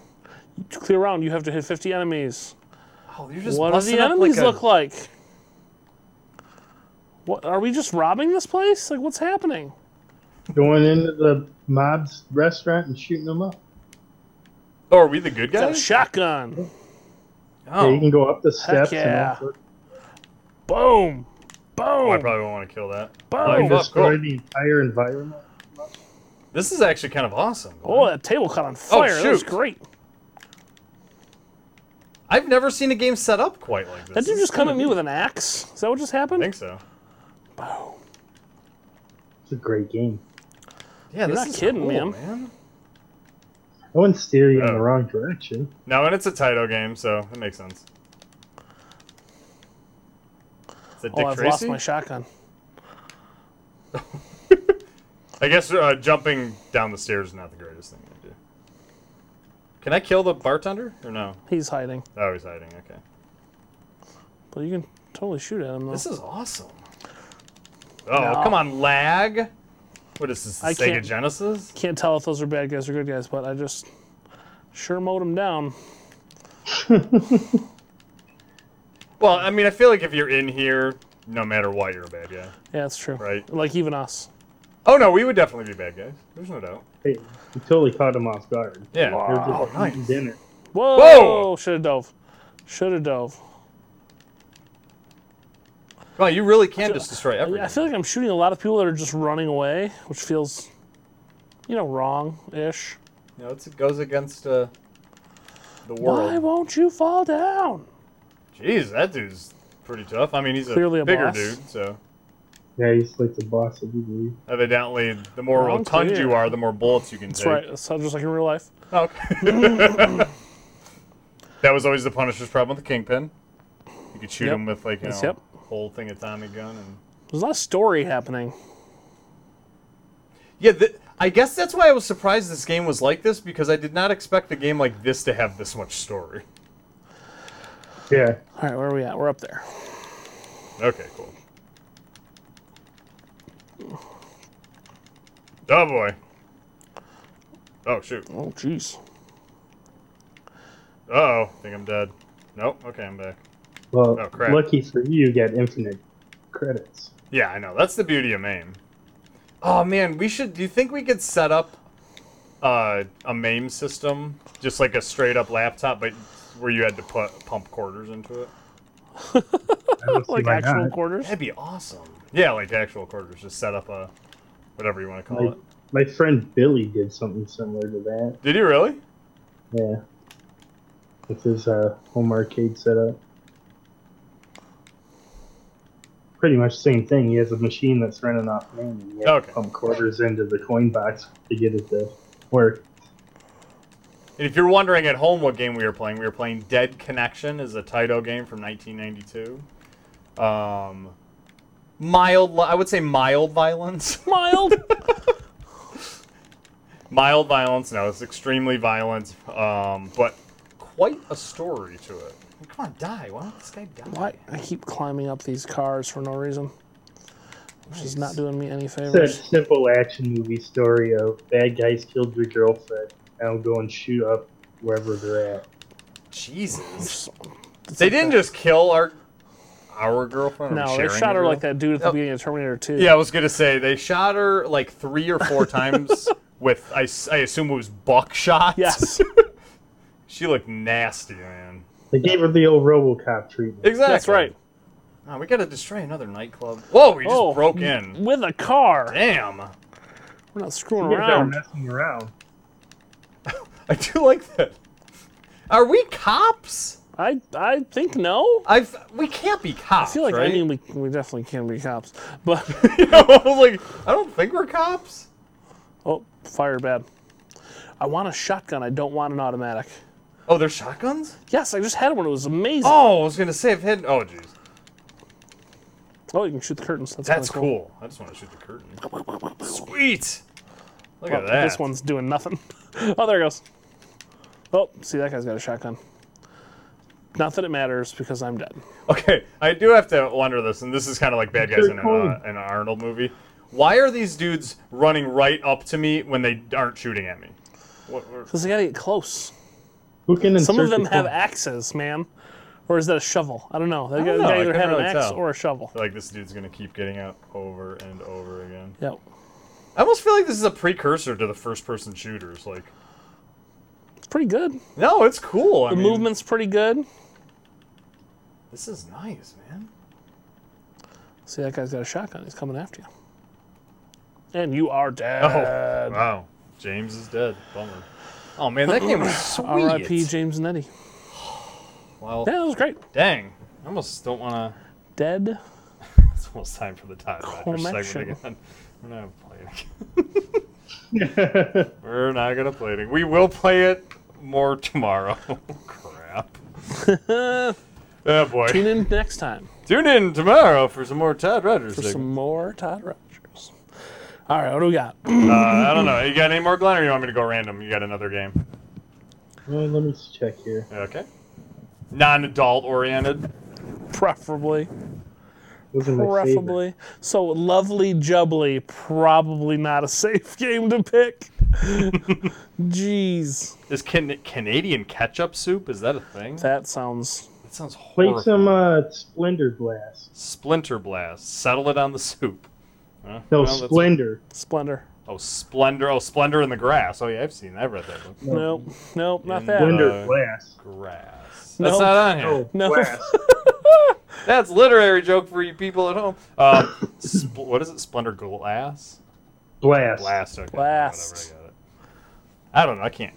[SPEAKER 3] To clear around, you have to hit 50 enemies.
[SPEAKER 1] Oh, you're just
[SPEAKER 3] what do the
[SPEAKER 1] busting up
[SPEAKER 3] enemies
[SPEAKER 1] like a-
[SPEAKER 3] look like? What are we just robbing this place? Like what's happening?
[SPEAKER 4] Going into the mob's restaurant and shooting them up.
[SPEAKER 1] Oh, are we the good
[SPEAKER 3] Got a
[SPEAKER 1] guys?
[SPEAKER 3] shotgun.
[SPEAKER 4] Yeah,
[SPEAKER 1] Oh,
[SPEAKER 4] you can go up the steps
[SPEAKER 3] yeah.
[SPEAKER 4] and all sorts.
[SPEAKER 3] Boom. Boom.
[SPEAKER 1] Oh, I probably won't want to kill that.
[SPEAKER 4] and
[SPEAKER 3] boom.
[SPEAKER 1] Oh, fuck,
[SPEAKER 4] destroy
[SPEAKER 1] cool.
[SPEAKER 4] the entire environment.
[SPEAKER 1] This is actually kind of awesome.
[SPEAKER 3] Oh, that table caught on fire. that was
[SPEAKER 1] shoot.
[SPEAKER 3] great.
[SPEAKER 1] I've never seen a game set up quite like this.
[SPEAKER 3] That dude
[SPEAKER 1] This
[SPEAKER 3] just
[SPEAKER 1] is
[SPEAKER 3] come at
[SPEAKER 1] kinda
[SPEAKER 3] me
[SPEAKER 1] neat.
[SPEAKER 3] with an axe. Is that what just
[SPEAKER 1] I
[SPEAKER 3] happened?
[SPEAKER 1] think so.
[SPEAKER 3] Boom.
[SPEAKER 4] It's a great game.
[SPEAKER 1] Yeah, this
[SPEAKER 3] not
[SPEAKER 1] is
[SPEAKER 3] kidding,
[SPEAKER 1] cool,
[SPEAKER 3] man.
[SPEAKER 4] No one steer you in
[SPEAKER 1] Yeah.
[SPEAKER 4] the wrong direction.
[SPEAKER 1] No, and it's a Taito game, so it makes sense. Is that
[SPEAKER 3] Oh,
[SPEAKER 1] Dick
[SPEAKER 3] I've
[SPEAKER 1] Tracy?
[SPEAKER 3] lost my shotgun.
[SPEAKER 1] I guess uh, jumping down the stairs is not the greatest thing to do. Can I kill the bartender or no?
[SPEAKER 3] He's hiding.
[SPEAKER 1] Oh, he's hiding. Okay.
[SPEAKER 3] But you can totally shoot at him though.
[SPEAKER 1] This is awesome. Oh,
[SPEAKER 3] No.
[SPEAKER 1] come on, lag. What is this? The
[SPEAKER 3] I
[SPEAKER 1] Sega
[SPEAKER 3] can't-
[SPEAKER 1] Genesis?
[SPEAKER 3] Can't tell if those are bad guys or good guys, but I just sure mowed them down.
[SPEAKER 1] Well, I mean, I feel like if you're in here, no matter what, you're a bad guy,
[SPEAKER 3] Yeah, that's true.
[SPEAKER 1] right?
[SPEAKER 3] Like even us.
[SPEAKER 1] Oh no, we would definitely be bad guys. There's no doubt.
[SPEAKER 4] Hey, you totally caught them off guard.
[SPEAKER 1] Yeah.
[SPEAKER 4] They're just eating
[SPEAKER 1] nice.
[SPEAKER 4] dinner.
[SPEAKER 3] Whoa!
[SPEAKER 1] Whoa!
[SPEAKER 3] Should have dove. Should have dove.
[SPEAKER 1] Well, you really can just destroy
[SPEAKER 3] I-
[SPEAKER 1] everything.
[SPEAKER 3] I feel like I'm shooting a lot of people that are just running away, which feels, you know, wrong ish.
[SPEAKER 1] you know, it's, it goes against uh, the
[SPEAKER 3] Why
[SPEAKER 1] world.
[SPEAKER 3] won't you fall down?
[SPEAKER 1] Jeez, that dude's pretty tough. I mean, he's
[SPEAKER 3] Clearly
[SPEAKER 1] a
[SPEAKER 3] a
[SPEAKER 1] bigger
[SPEAKER 3] boss.
[SPEAKER 1] dude, so
[SPEAKER 4] Yeah, he's like the boss of the group.
[SPEAKER 1] evidently, the more
[SPEAKER 3] Wrong
[SPEAKER 1] rotund
[SPEAKER 3] clear.
[SPEAKER 1] you are, the more bullets you can
[SPEAKER 3] That's
[SPEAKER 1] take.
[SPEAKER 3] right. So just like in real life.
[SPEAKER 1] Oh, Okay. that was always the Punisher's problem with the Kingpin. You could shoot
[SPEAKER 3] Yep.
[SPEAKER 1] him with like you know,
[SPEAKER 3] Yes, yep.
[SPEAKER 1] whole thing of Tommy gun and.
[SPEAKER 3] There's a lot of story happening.
[SPEAKER 1] Yeah, th- I guess that's why I was surprised this game was like this because I did not expect a game like this to have this much story.
[SPEAKER 4] Yeah.
[SPEAKER 3] All right, where are we at? We're up there.
[SPEAKER 1] Okay, cool. Oh boy. Oh shoot.
[SPEAKER 3] Oh, jeez.
[SPEAKER 1] oh, think I'm dead. Nope. Okay, I'm back.
[SPEAKER 4] Well,
[SPEAKER 1] Oh, crap.
[SPEAKER 4] lucky for you, you get infinite credits.
[SPEAKER 1] Yeah, I know. That's the beauty of MAME. Oh man, we should. Do you think we could set up uh, a MAME system, just like a straight up laptop, but where you had to put pump quarters into it?
[SPEAKER 3] like
[SPEAKER 4] why
[SPEAKER 3] actual
[SPEAKER 4] not.
[SPEAKER 3] quarters.
[SPEAKER 1] That'd be awesome. Yeah, like actual quarters. Just set up a whatever you want to call
[SPEAKER 4] My,
[SPEAKER 1] it.
[SPEAKER 4] my friend Billy did something similar to that.
[SPEAKER 1] Did you really?
[SPEAKER 4] Yeah. With his uh, home arcade setup. Pretty much same thing. He has a machine that's running off main and he has
[SPEAKER 1] Okay.
[SPEAKER 4] to pump quarters into the coin box to get it to work.
[SPEAKER 1] And if you're wondering at home what game we were playing, we were playing Dead Connection, is a Taito game from 1992. Um, mild, I would say mild violence.
[SPEAKER 3] Mild.
[SPEAKER 1] mild violence. No, it's extremely violent, um, but quite a story to it. Come on, die! Why don't this guy die?
[SPEAKER 3] Why I keep climbing up these cars for no reason, which is not doing me any
[SPEAKER 4] It's a
[SPEAKER 3] favors.
[SPEAKER 4] simple action movie story of bad guys killed your girlfriend. Now go and shoot up wherever they're at.
[SPEAKER 1] Jesus! They didn't just kill our our girlfriend. Are we
[SPEAKER 3] No, they
[SPEAKER 1] sharing
[SPEAKER 3] shot
[SPEAKER 1] a
[SPEAKER 3] her like
[SPEAKER 1] girl?
[SPEAKER 3] that dude at the beginning of Terminator 2.
[SPEAKER 1] Yeah, I was gonna say they shot her like three or four times with I, s- I assume it was buckshot.
[SPEAKER 3] Yes.
[SPEAKER 1] she looked nasty, man.
[SPEAKER 4] They gave her the old RoboCop treatment.
[SPEAKER 1] Exactly.
[SPEAKER 3] That's right.
[SPEAKER 1] Oh, we gotta destroy another nightclub. Whoa, we just
[SPEAKER 3] Oh.
[SPEAKER 1] broke in.
[SPEAKER 3] With a car.
[SPEAKER 1] Damn.
[SPEAKER 3] We're not screwing
[SPEAKER 4] You guys are
[SPEAKER 3] around.
[SPEAKER 4] messing around.
[SPEAKER 1] I do like that. Are we cops?
[SPEAKER 3] I I think no.
[SPEAKER 1] I we can't be cops.
[SPEAKER 3] I feel like
[SPEAKER 1] right?
[SPEAKER 3] I mean we, we definitely can be cops, but
[SPEAKER 1] I was like, I don't think we're cops.
[SPEAKER 3] oh fire bad. I want a shotgun. I don't want an automatic.
[SPEAKER 1] Oh, they're shotguns.
[SPEAKER 3] Yes, I just had one. It was amazing. Oh,
[SPEAKER 1] Oh, I was gonna say I've had. Oh, jeez,
[SPEAKER 3] Oh, you can shoot the curtains. That's,
[SPEAKER 1] that's
[SPEAKER 3] kinda
[SPEAKER 1] cool. I just want to shoot the curtain. Sweet. Look
[SPEAKER 3] Well,
[SPEAKER 1] at that.
[SPEAKER 3] This one's doing nothing. Oh, there it goes. Oh, see that guy's got a shotgun. Not that it matters because I'm dead.
[SPEAKER 1] Okay, I do have to wonder this, and this is kind of like bad guys in an, uh,
[SPEAKER 4] coin.
[SPEAKER 1] in an Arnold movie. Why are these dudes running right up to me when they aren't shooting at me? What, what-
[SPEAKER 3] Because they gotta get close.
[SPEAKER 4] Who can
[SPEAKER 3] Some of
[SPEAKER 4] insert the
[SPEAKER 3] them have
[SPEAKER 4] coin?
[SPEAKER 3] axes, man. Or is that a shovel? I don't know. They
[SPEAKER 1] don't
[SPEAKER 3] guy-
[SPEAKER 1] know. I
[SPEAKER 3] guy either
[SPEAKER 1] couldn't
[SPEAKER 3] had an
[SPEAKER 1] really
[SPEAKER 3] axe
[SPEAKER 1] tell.
[SPEAKER 3] or a shovel.
[SPEAKER 1] like this dude's gonna keep getting out over and over again.
[SPEAKER 3] Yep.
[SPEAKER 1] I almost feel like this is a precursor to the first-person shooters. Like,
[SPEAKER 3] It's pretty good.
[SPEAKER 1] no, it's cool. I
[SPEAKER 3] The
[SPEAKER 1] mean,
[SPEAKER 3] movement's pretty good.
[SPEAKER 1] This is nice, man.
[SPEAKER 3] See, that guy's got a shotgun. He's coming after you. And you are dead.
[SPEAKER 1] Oh, wow. James is dead. Bummer. Oh man, that game was sweet.
[SPEAKER 3] R.I.P. James and Eddie.
[SPEAKER 1] Well,
[SPEAKER 3] Yeah, that was great.
[SPEAKER 1] dang. I almost don't want to.
[SPEAKER 3] Dead.
[SPEAKER 1] It's almost time for the Tie Dodgers
[SPEAKER 3] Collection.
[SPEAKER 1] segment again. We're not playing it again. We're not gonna play it. again. We will play it more tomorrow. Crap. oh boy.
[SPEAKER 3] Tune in next time
[SPEAKER 1] Tune in tomorrow for some more Todd Rogers.
[SPEAKER 3] for
[SPEAKER 1] segment.
[SPEAKER 3] some more Todd Rogers. All right, what do we got?
[SPEAKER 1] Uh, I don't know. You got any more, Glenn, or you want me to go random? You got another game?
[SPEAKER 4] Well, let me check here.
[SPEAKER 1] Okay. Non-adult oriented.
[SPEAKER 3] Preferably.
[SPEAKER 4] Wasn't my favorite.
[SPEAKER 3] Preferably. So lovely jubbly, probably not a safe game to pick. Jeez.
[SPEAKER 1] Is can- Canadian ketchup soup? Is that a thing? That,
[SPEAKER 3] That sounds
[SPEAKER 1] sounds
[SPEAKER 4] Play
[SPEAKER 1] horrible.
[SPEAKER 4] some uh, Splendor Blast.
[SPEAKER 1] Splinter blast. Settle it on the soup. Huh?
[SPEAKER 4] No,
[SPEAKER 1] Oh, that's-
[SPEAKER 4] Splendor.
[SPEAKER 3] splendor.
[SPEAKER 1] Oh, splendor. Oh, splendor in the grass. Oh yeah, I've seen. that. I've read that book.
[SPEAKER 3] Nope. Nope, not that.
[SPEAKER 4] Splendor
[SPEAKER 1] Uh,
[SPEAKER 4] Blast.
[SPEAKER 1] Grass.
[SPEAKER 3] No.
[SPEAKER 1] That's not on here.
[SPEAKER 4] Oh,
[SPEAKER 3] No.
[SPEAKER 4] Blast.
[SPEAKER 1] That's literary joke for you people at home. Um, spl- what is it? Splendor glass.
[SPEAKER 4] Blast.
[SPEAKER 1] Blast. Okay. Whatever,
[SPEAKER 3] Blast.
[SPEAKER 1] I, got it. I don't know. I can't.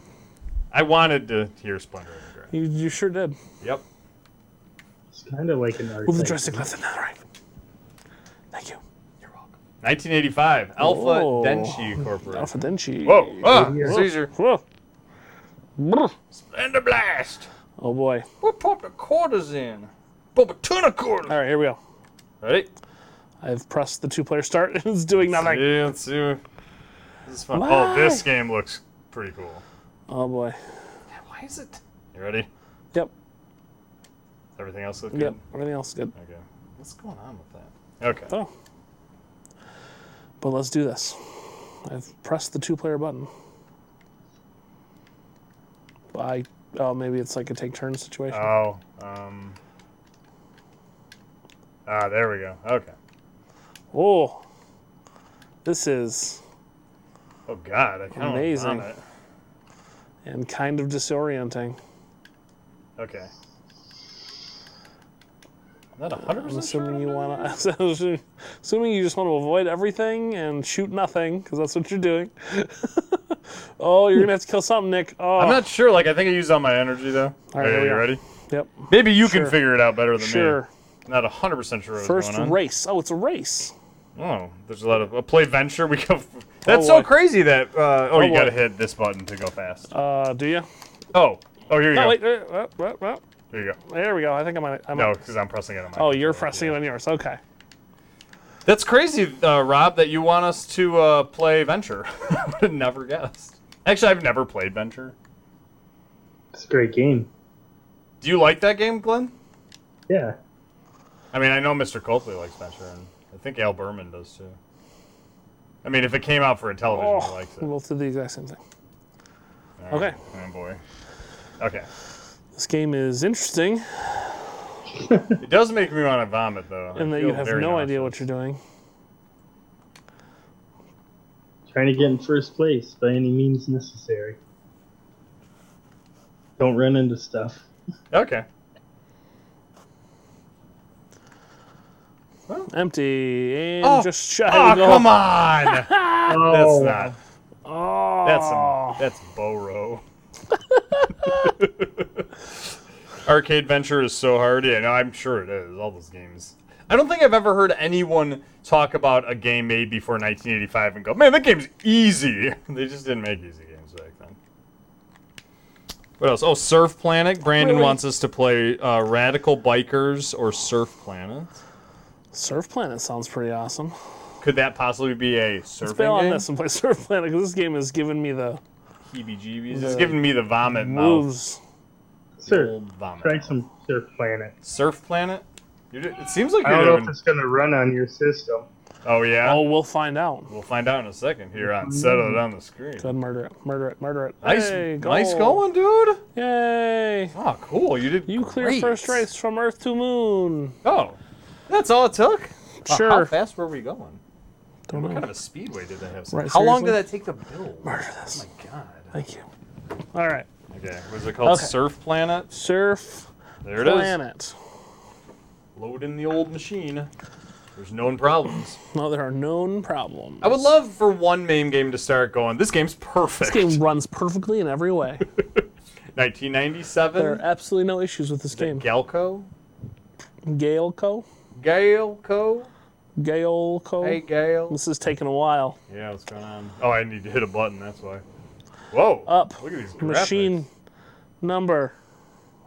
[SPEAKER 1] I wanted to hear splendor in the grass.
[SPEAKER 3] You, you sure did.
[SPEAKER 1] Yep.
[SPEAKER 4] It's kind of like an art.
[SPEAKER 3] Move the
[SPEAKER 4] thing.
[SPEAKER 3] dressing left and not right. Thank you. You're welcome.
[SPEAKER 1] 1985. Alpha
[SPEAKER 3] Oh.
[SPEAKER 1] Denshi Corporation.
[SPEAKER 3] Alpha Denchi.
[SPEAKER 1] Whoa! Ah,
[SPEAKER 4] Yeah.
[SPEAKER 1] Caesar.
[SPEAKER 3] Whoa. Brr.
[SPEAKER 1] Splendor blast.
[SPEAKER 3] Oh boy.
[SPEAKER 1] We'll pop the quarters in. Pop a ton of quarters.
[SPEAKER 3] All right, here we go.
[SPEAKER 1] Ready?
[SPEAKER 3] I've pressed the two player start and it's doing nothing.
[SPEAKER 1] Yeah, let's see. This is fun.
[SPEAKER 3] Why?
[SPEAKER 1] Oh, this game looks pretty cool.
[SPEAKER 3] Oh boy.
[SPEAKER 1] Why is it? You ready?
[SPEAKER 3] Yep.
[SPEAKER 1] Everything else look
[SPEAKER 3] Yep.
[SPEAKER 1] good?
[SPEAKER 3] Everything else is good.
[SPEAKER 1] Okay. What's going on with that? Okay.
[SPEAKER 3] Oh. But let's do this. I've pressed the two player button. I Oh, maybe it's like a take turn situation.
[SPEAKER 1] Oh, um. Ah, there we go. Okay.
[SPEAKER 3] Oh, this is
[SPEAKER 1] Oh God, I kind of
[SPEAKER 3] Amazing.
[SPEAKER 1] amazing. It.
[SPEAKER 3] and kind of disorienting.
[SPEAKER 1] Okay. Not a hundred
[SPEAKER 3] I'm
[SPEAKER 1] percent.
[SPEAKER 3] assuming you want to. assuming you just want to avoid everything and shoot nothing because that's what you're doing. oh, you're gonna have to kill something, Nick. Oh,
[SPEAKER 1] I'm not sure. Like I think I used all my energy though.
[SPEAKER 3] All right,
[SPEAKER 1] Are
[SPEAKER 3] here we
[SPEAKER 1] you
[SPEAKER 3] are.
[SPEAKER 1] ready?
[SPEAKER 3] Yep.
[SPEAKER 1] Maybe you
[SPEAKER 3] Sure.
[SPEAKER 1] can figure it out better than
[SPEAKER 3] Sure.
[SPEAKER 1] me. Not a hundred percent sure. What's
[SPEAKER 3] First
[SPEAKER 1] going on.
[SPEAKER 3] race. Oh, it's a race.
[SPEAKER 1] Oh, there's a lot of uh, play venture. We go. That's
[SPEAKER 3] boy.
[SPEAKER 1] so crazy that. Uh, oh,
[SPEAKER 3] Oh,
[SPEAKER 1] you
[SPEAKER 3] boy.
[SPEAKER 1] gotta hit this button to go fast.
[SPEAKER 3] Uh, do you?
[SPEAKER 1] Oh, oh here you
[SPEAKER 3] No,
[SPEAKER 1] go.
[SPEAKER 3] wait. uh, uh, uh, uh,
[SPEAKER 1] There you go.
[SPEAKER 3] There we go. I think I might. I might.
[SPEAKER 1] No, because I'm pressing it on my.
[SPEAKER 3] Oh, you're pressing it on yours. Okay.
[SPEAKER 1] That's crazy, uh, Rob, that you want us to uh, play Venture. I would have never guessed. Actually, I've never played Venture.
[SPEAKER 4] It's a great game.
[SPEAKER 1] Do you like that game, Glenn?
[SPEAKER 4] Yeah.
[SPEAKER 1] I mean, I know Mr. Copley likes Venture, and I think Al Berman does too. I mean, if it came out for a television, he
[SPEAKER 3] Oh,
[SPEAKER 1] likes it.
[SPEAKER 3] we both did the exact same thing.
[SPEAKER 1] All right.
[SPEAKER 3] okay.
[SPEAKER 1] Oh, boy. Okay.
[SPEAKER 3] This game is interesting
[SPEAKER 1] It does make me want to vomit, though. I
[SPEAKER 3] in that
[SPEAKER 1] feel
[SPEAKER 3] you have
[SPEAKER 1] very
[SPEAKER 3] no
[SPEAKER 1] nauseous.
[SPEAKER 3] idea what you're doing.
[SPEAKER 4] Trying to get in first place by any means necessary. Don't run into stuff.
[SPEAKER 1] Okay.
[SPEAKER 3] Empty and
[SPEAKER 1] Oh,
[SPEAKER 3] just shut.
[SPEAKER 1] Oh, come on! That's
[SPEAKER 4] Oh,
[SPEAKER 1] not.
[SPEAKER 3] Oh,
[SPEAKER 1] That's some, that's Boro. Arcade Venture is so hard. Yeah, no, I'm sure it is. All those games. I don't think I've ever heard anyone talk about a game made before 1985 and go, "Man, that game's easy." They just didn't make easy games back then. What else? Oh, Surf Planet. Brandon
[SPEAKER 3] Wait, wait.
[SPEAKER 1] wants us to play uh, Radical Bikers or Surf Planet.
[SPEAKER 3] Surf Planet sounds pretty awesome.
[SPEAKER 1] Could that possibly be a surfing
[SPEAKER 3] Bail on
[SPEAKER 1] game?
[SPEAKER 3] this and play Surf Planet because this game has given me the
[SPEAKER 1] heebie-jeebies. It's giving me the vomit mouth.
[SPEAKER 3] moves.
[SPEAKER 4] Sir,
[SPEAKER 1] Old vomit
[SPEAKER 4] try
[SPEAKER 1] mouth.
[SPEAKER 4] some Surf Planet.
[SPEAKER 1] Surf Planet? You're, do- it seems like
[SPEAKER 4] I don't
[SPEAKER 1] you're
[SPEAKER 4] know if
[SPEAKER 1] doing.
[SPEAKER 4] it's going to run on your system.
[SPEAKER 1] Oh yeah.
[SPEAKER 3] Oh, we'll find out.
[SPEAKER 1] We'll find out in a second here on Settle It on the Screen.
[SPEAKER 3] Good, murder it, murder it, murder it.
[SPEAKER 1] Nice,
[SPEAKER 3] Hey,
[SPEAKER 1] nice
[SPEAKER 3] goal.
[SPEAKER 1] going, dude.
[SPEAKER 3] Yay!
[SPEAKER 1] Oh, cool. You did.
[SPEAKER 3] You clear
[SPEAKER 1] great.
[SPEAKER 3] first race from Earth to Moon.
[SPEAKER 1] Oh, that's all it took. Wow,
[SPEAKER 3] Sure.
[SPEAKER 1] how fast were we going?
[SPEAKER 3] Don't
[SPEAKER 1] What
[SPEAKER 3] know.
[SPEAKER 1] kind of a speedway did they have?
[SPEAKER 3] Right,
[SPEAKER 1] how long
[SPEAKER 3] seriously?
[SPEAKER 1] did that take to build?
[SPEAKER 3] Murder this.
[SPEAKER 1] Oh my god.
[SPEAKER 3] Thank you. All right,
[SPEAKER 1] Okay. Was it called
[SPEAKER 3] Okay.
[SPEAKER 1] Surf Planet?
[SPEAKER 3] Surf
[SPEAKER 1] There it is.
[SPEAKER 3] Planet.
[SPEAKER 1] Load in the old machine. There's known problems.
[SPEAKER 3] No, there are known problems.
[SPEAKER 1] I would love for one main game to start going. This game's perfect.
[SPEAKER 3] This game runs perfectly in every way.
[SPEAKER 1] 1997.
[SPEAKER 3] There are absolutely no issues with this game.
[SPEAKER 1] Galco.
[SPEAKER 3] Galeco?
[SPEAKER 1] Galco.
[SPEAKER 3] Galeco?
[SPEAKER 1] Hey, Gale.
[SPEAKER 3] This is taking a while.
[SPEAKER 1] Yeah, what's going on? Oh, I need to hit a button. That's why. Whoa!
[SPEAKER 3] Up.
[SPEAKER 1] Look at these graphics.
[SPEAKER 3] Machine number.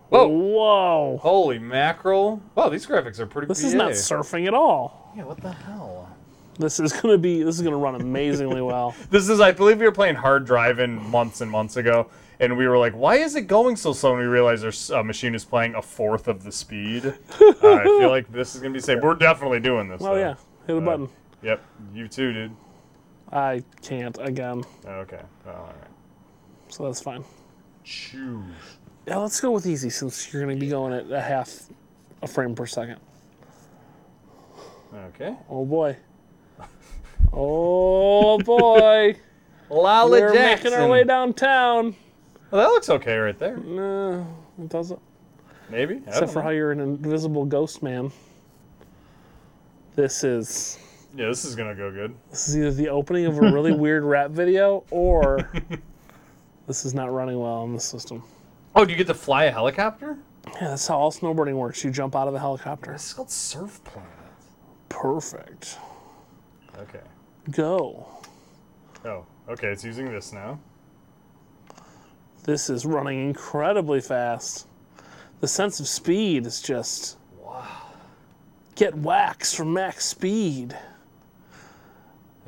[SPEAKER 1] Whoa!
[SPEAKER 3] Whoa.
[SPEAKER 1] Holy mackerel! Wow, these graphics are pretty.
[SPEAKER 3] This is not
[SPEAKER 1] PA.
[SPEAKER 3] surfing at all.
[SPEAKER 1] Yeah, what the hell?
[SPEAKER 3] This is gonna be this is gonna run amazingly well.
[SPEAKER 1] This is. I believe we were playing Hard Drive-In months and months ago, and we were like, "Why is it going so slow?" And we realized our s- uh, machine is playing a fourth of the speed. Uh, I feel like this is gonna be safe. We're definitely doing this.
[SPEAKER 3] Oh
[SPEAKER 1] though.
[SPEAKER 3] yeah. Hit the button.
[SPEAKER 1] Yep. You too, dude.
[SPEAKER 3] I can't again.
[SPEAKER 1] Okay. Oh, all right.
[SPEAKER 3] So that's fine.
[SPEAKER 1] Choose.
[SPEAKER 3] Yeah, let's go with easy since you're gonna be going at a half a frame per second.
[SPEAKER 1] Okay.
[SPEAKER 3] Oh boy. Oh boy.
[SPEAKER 1] Lala
[SPEAKER 3] We're making our way downtown.
[SPEAKER 1] Well, that looks okay right there.
[SPEAKER 3] No, it doesn't.
[SPEAKER 1] Maybe. I
[SPEAKER 3] Except
[SPEAKER 1] don't
[SPEAKER 3] for
[SPEAKER 1] know.
[SPEAKER 3] how you're an invisible ghost man. This is
[SPEAKER 1] Yeah, this is gonna go good.
[SPEAKER 3] This is either the opening of a really weird rap video or this is not running well on the system.
[SPEAKER 1] Oh, do you get to fly a helicopter?
[SPEAKER 3] Yeah, that's how all snowboarding works. You jump out of the helicopter.
[SPEAKER 1] This is called Surf Planet.
[SPEAKER 3] Perfect.
[SPEAKER 1] Okay.
[SPEAKER 3] Go.
[SPEAKER 1] Oh, okay. It's using this now.
[SPEAKER 3] This is running incredibly fast. The sense of speed is just. Wow. Get wax from max speed.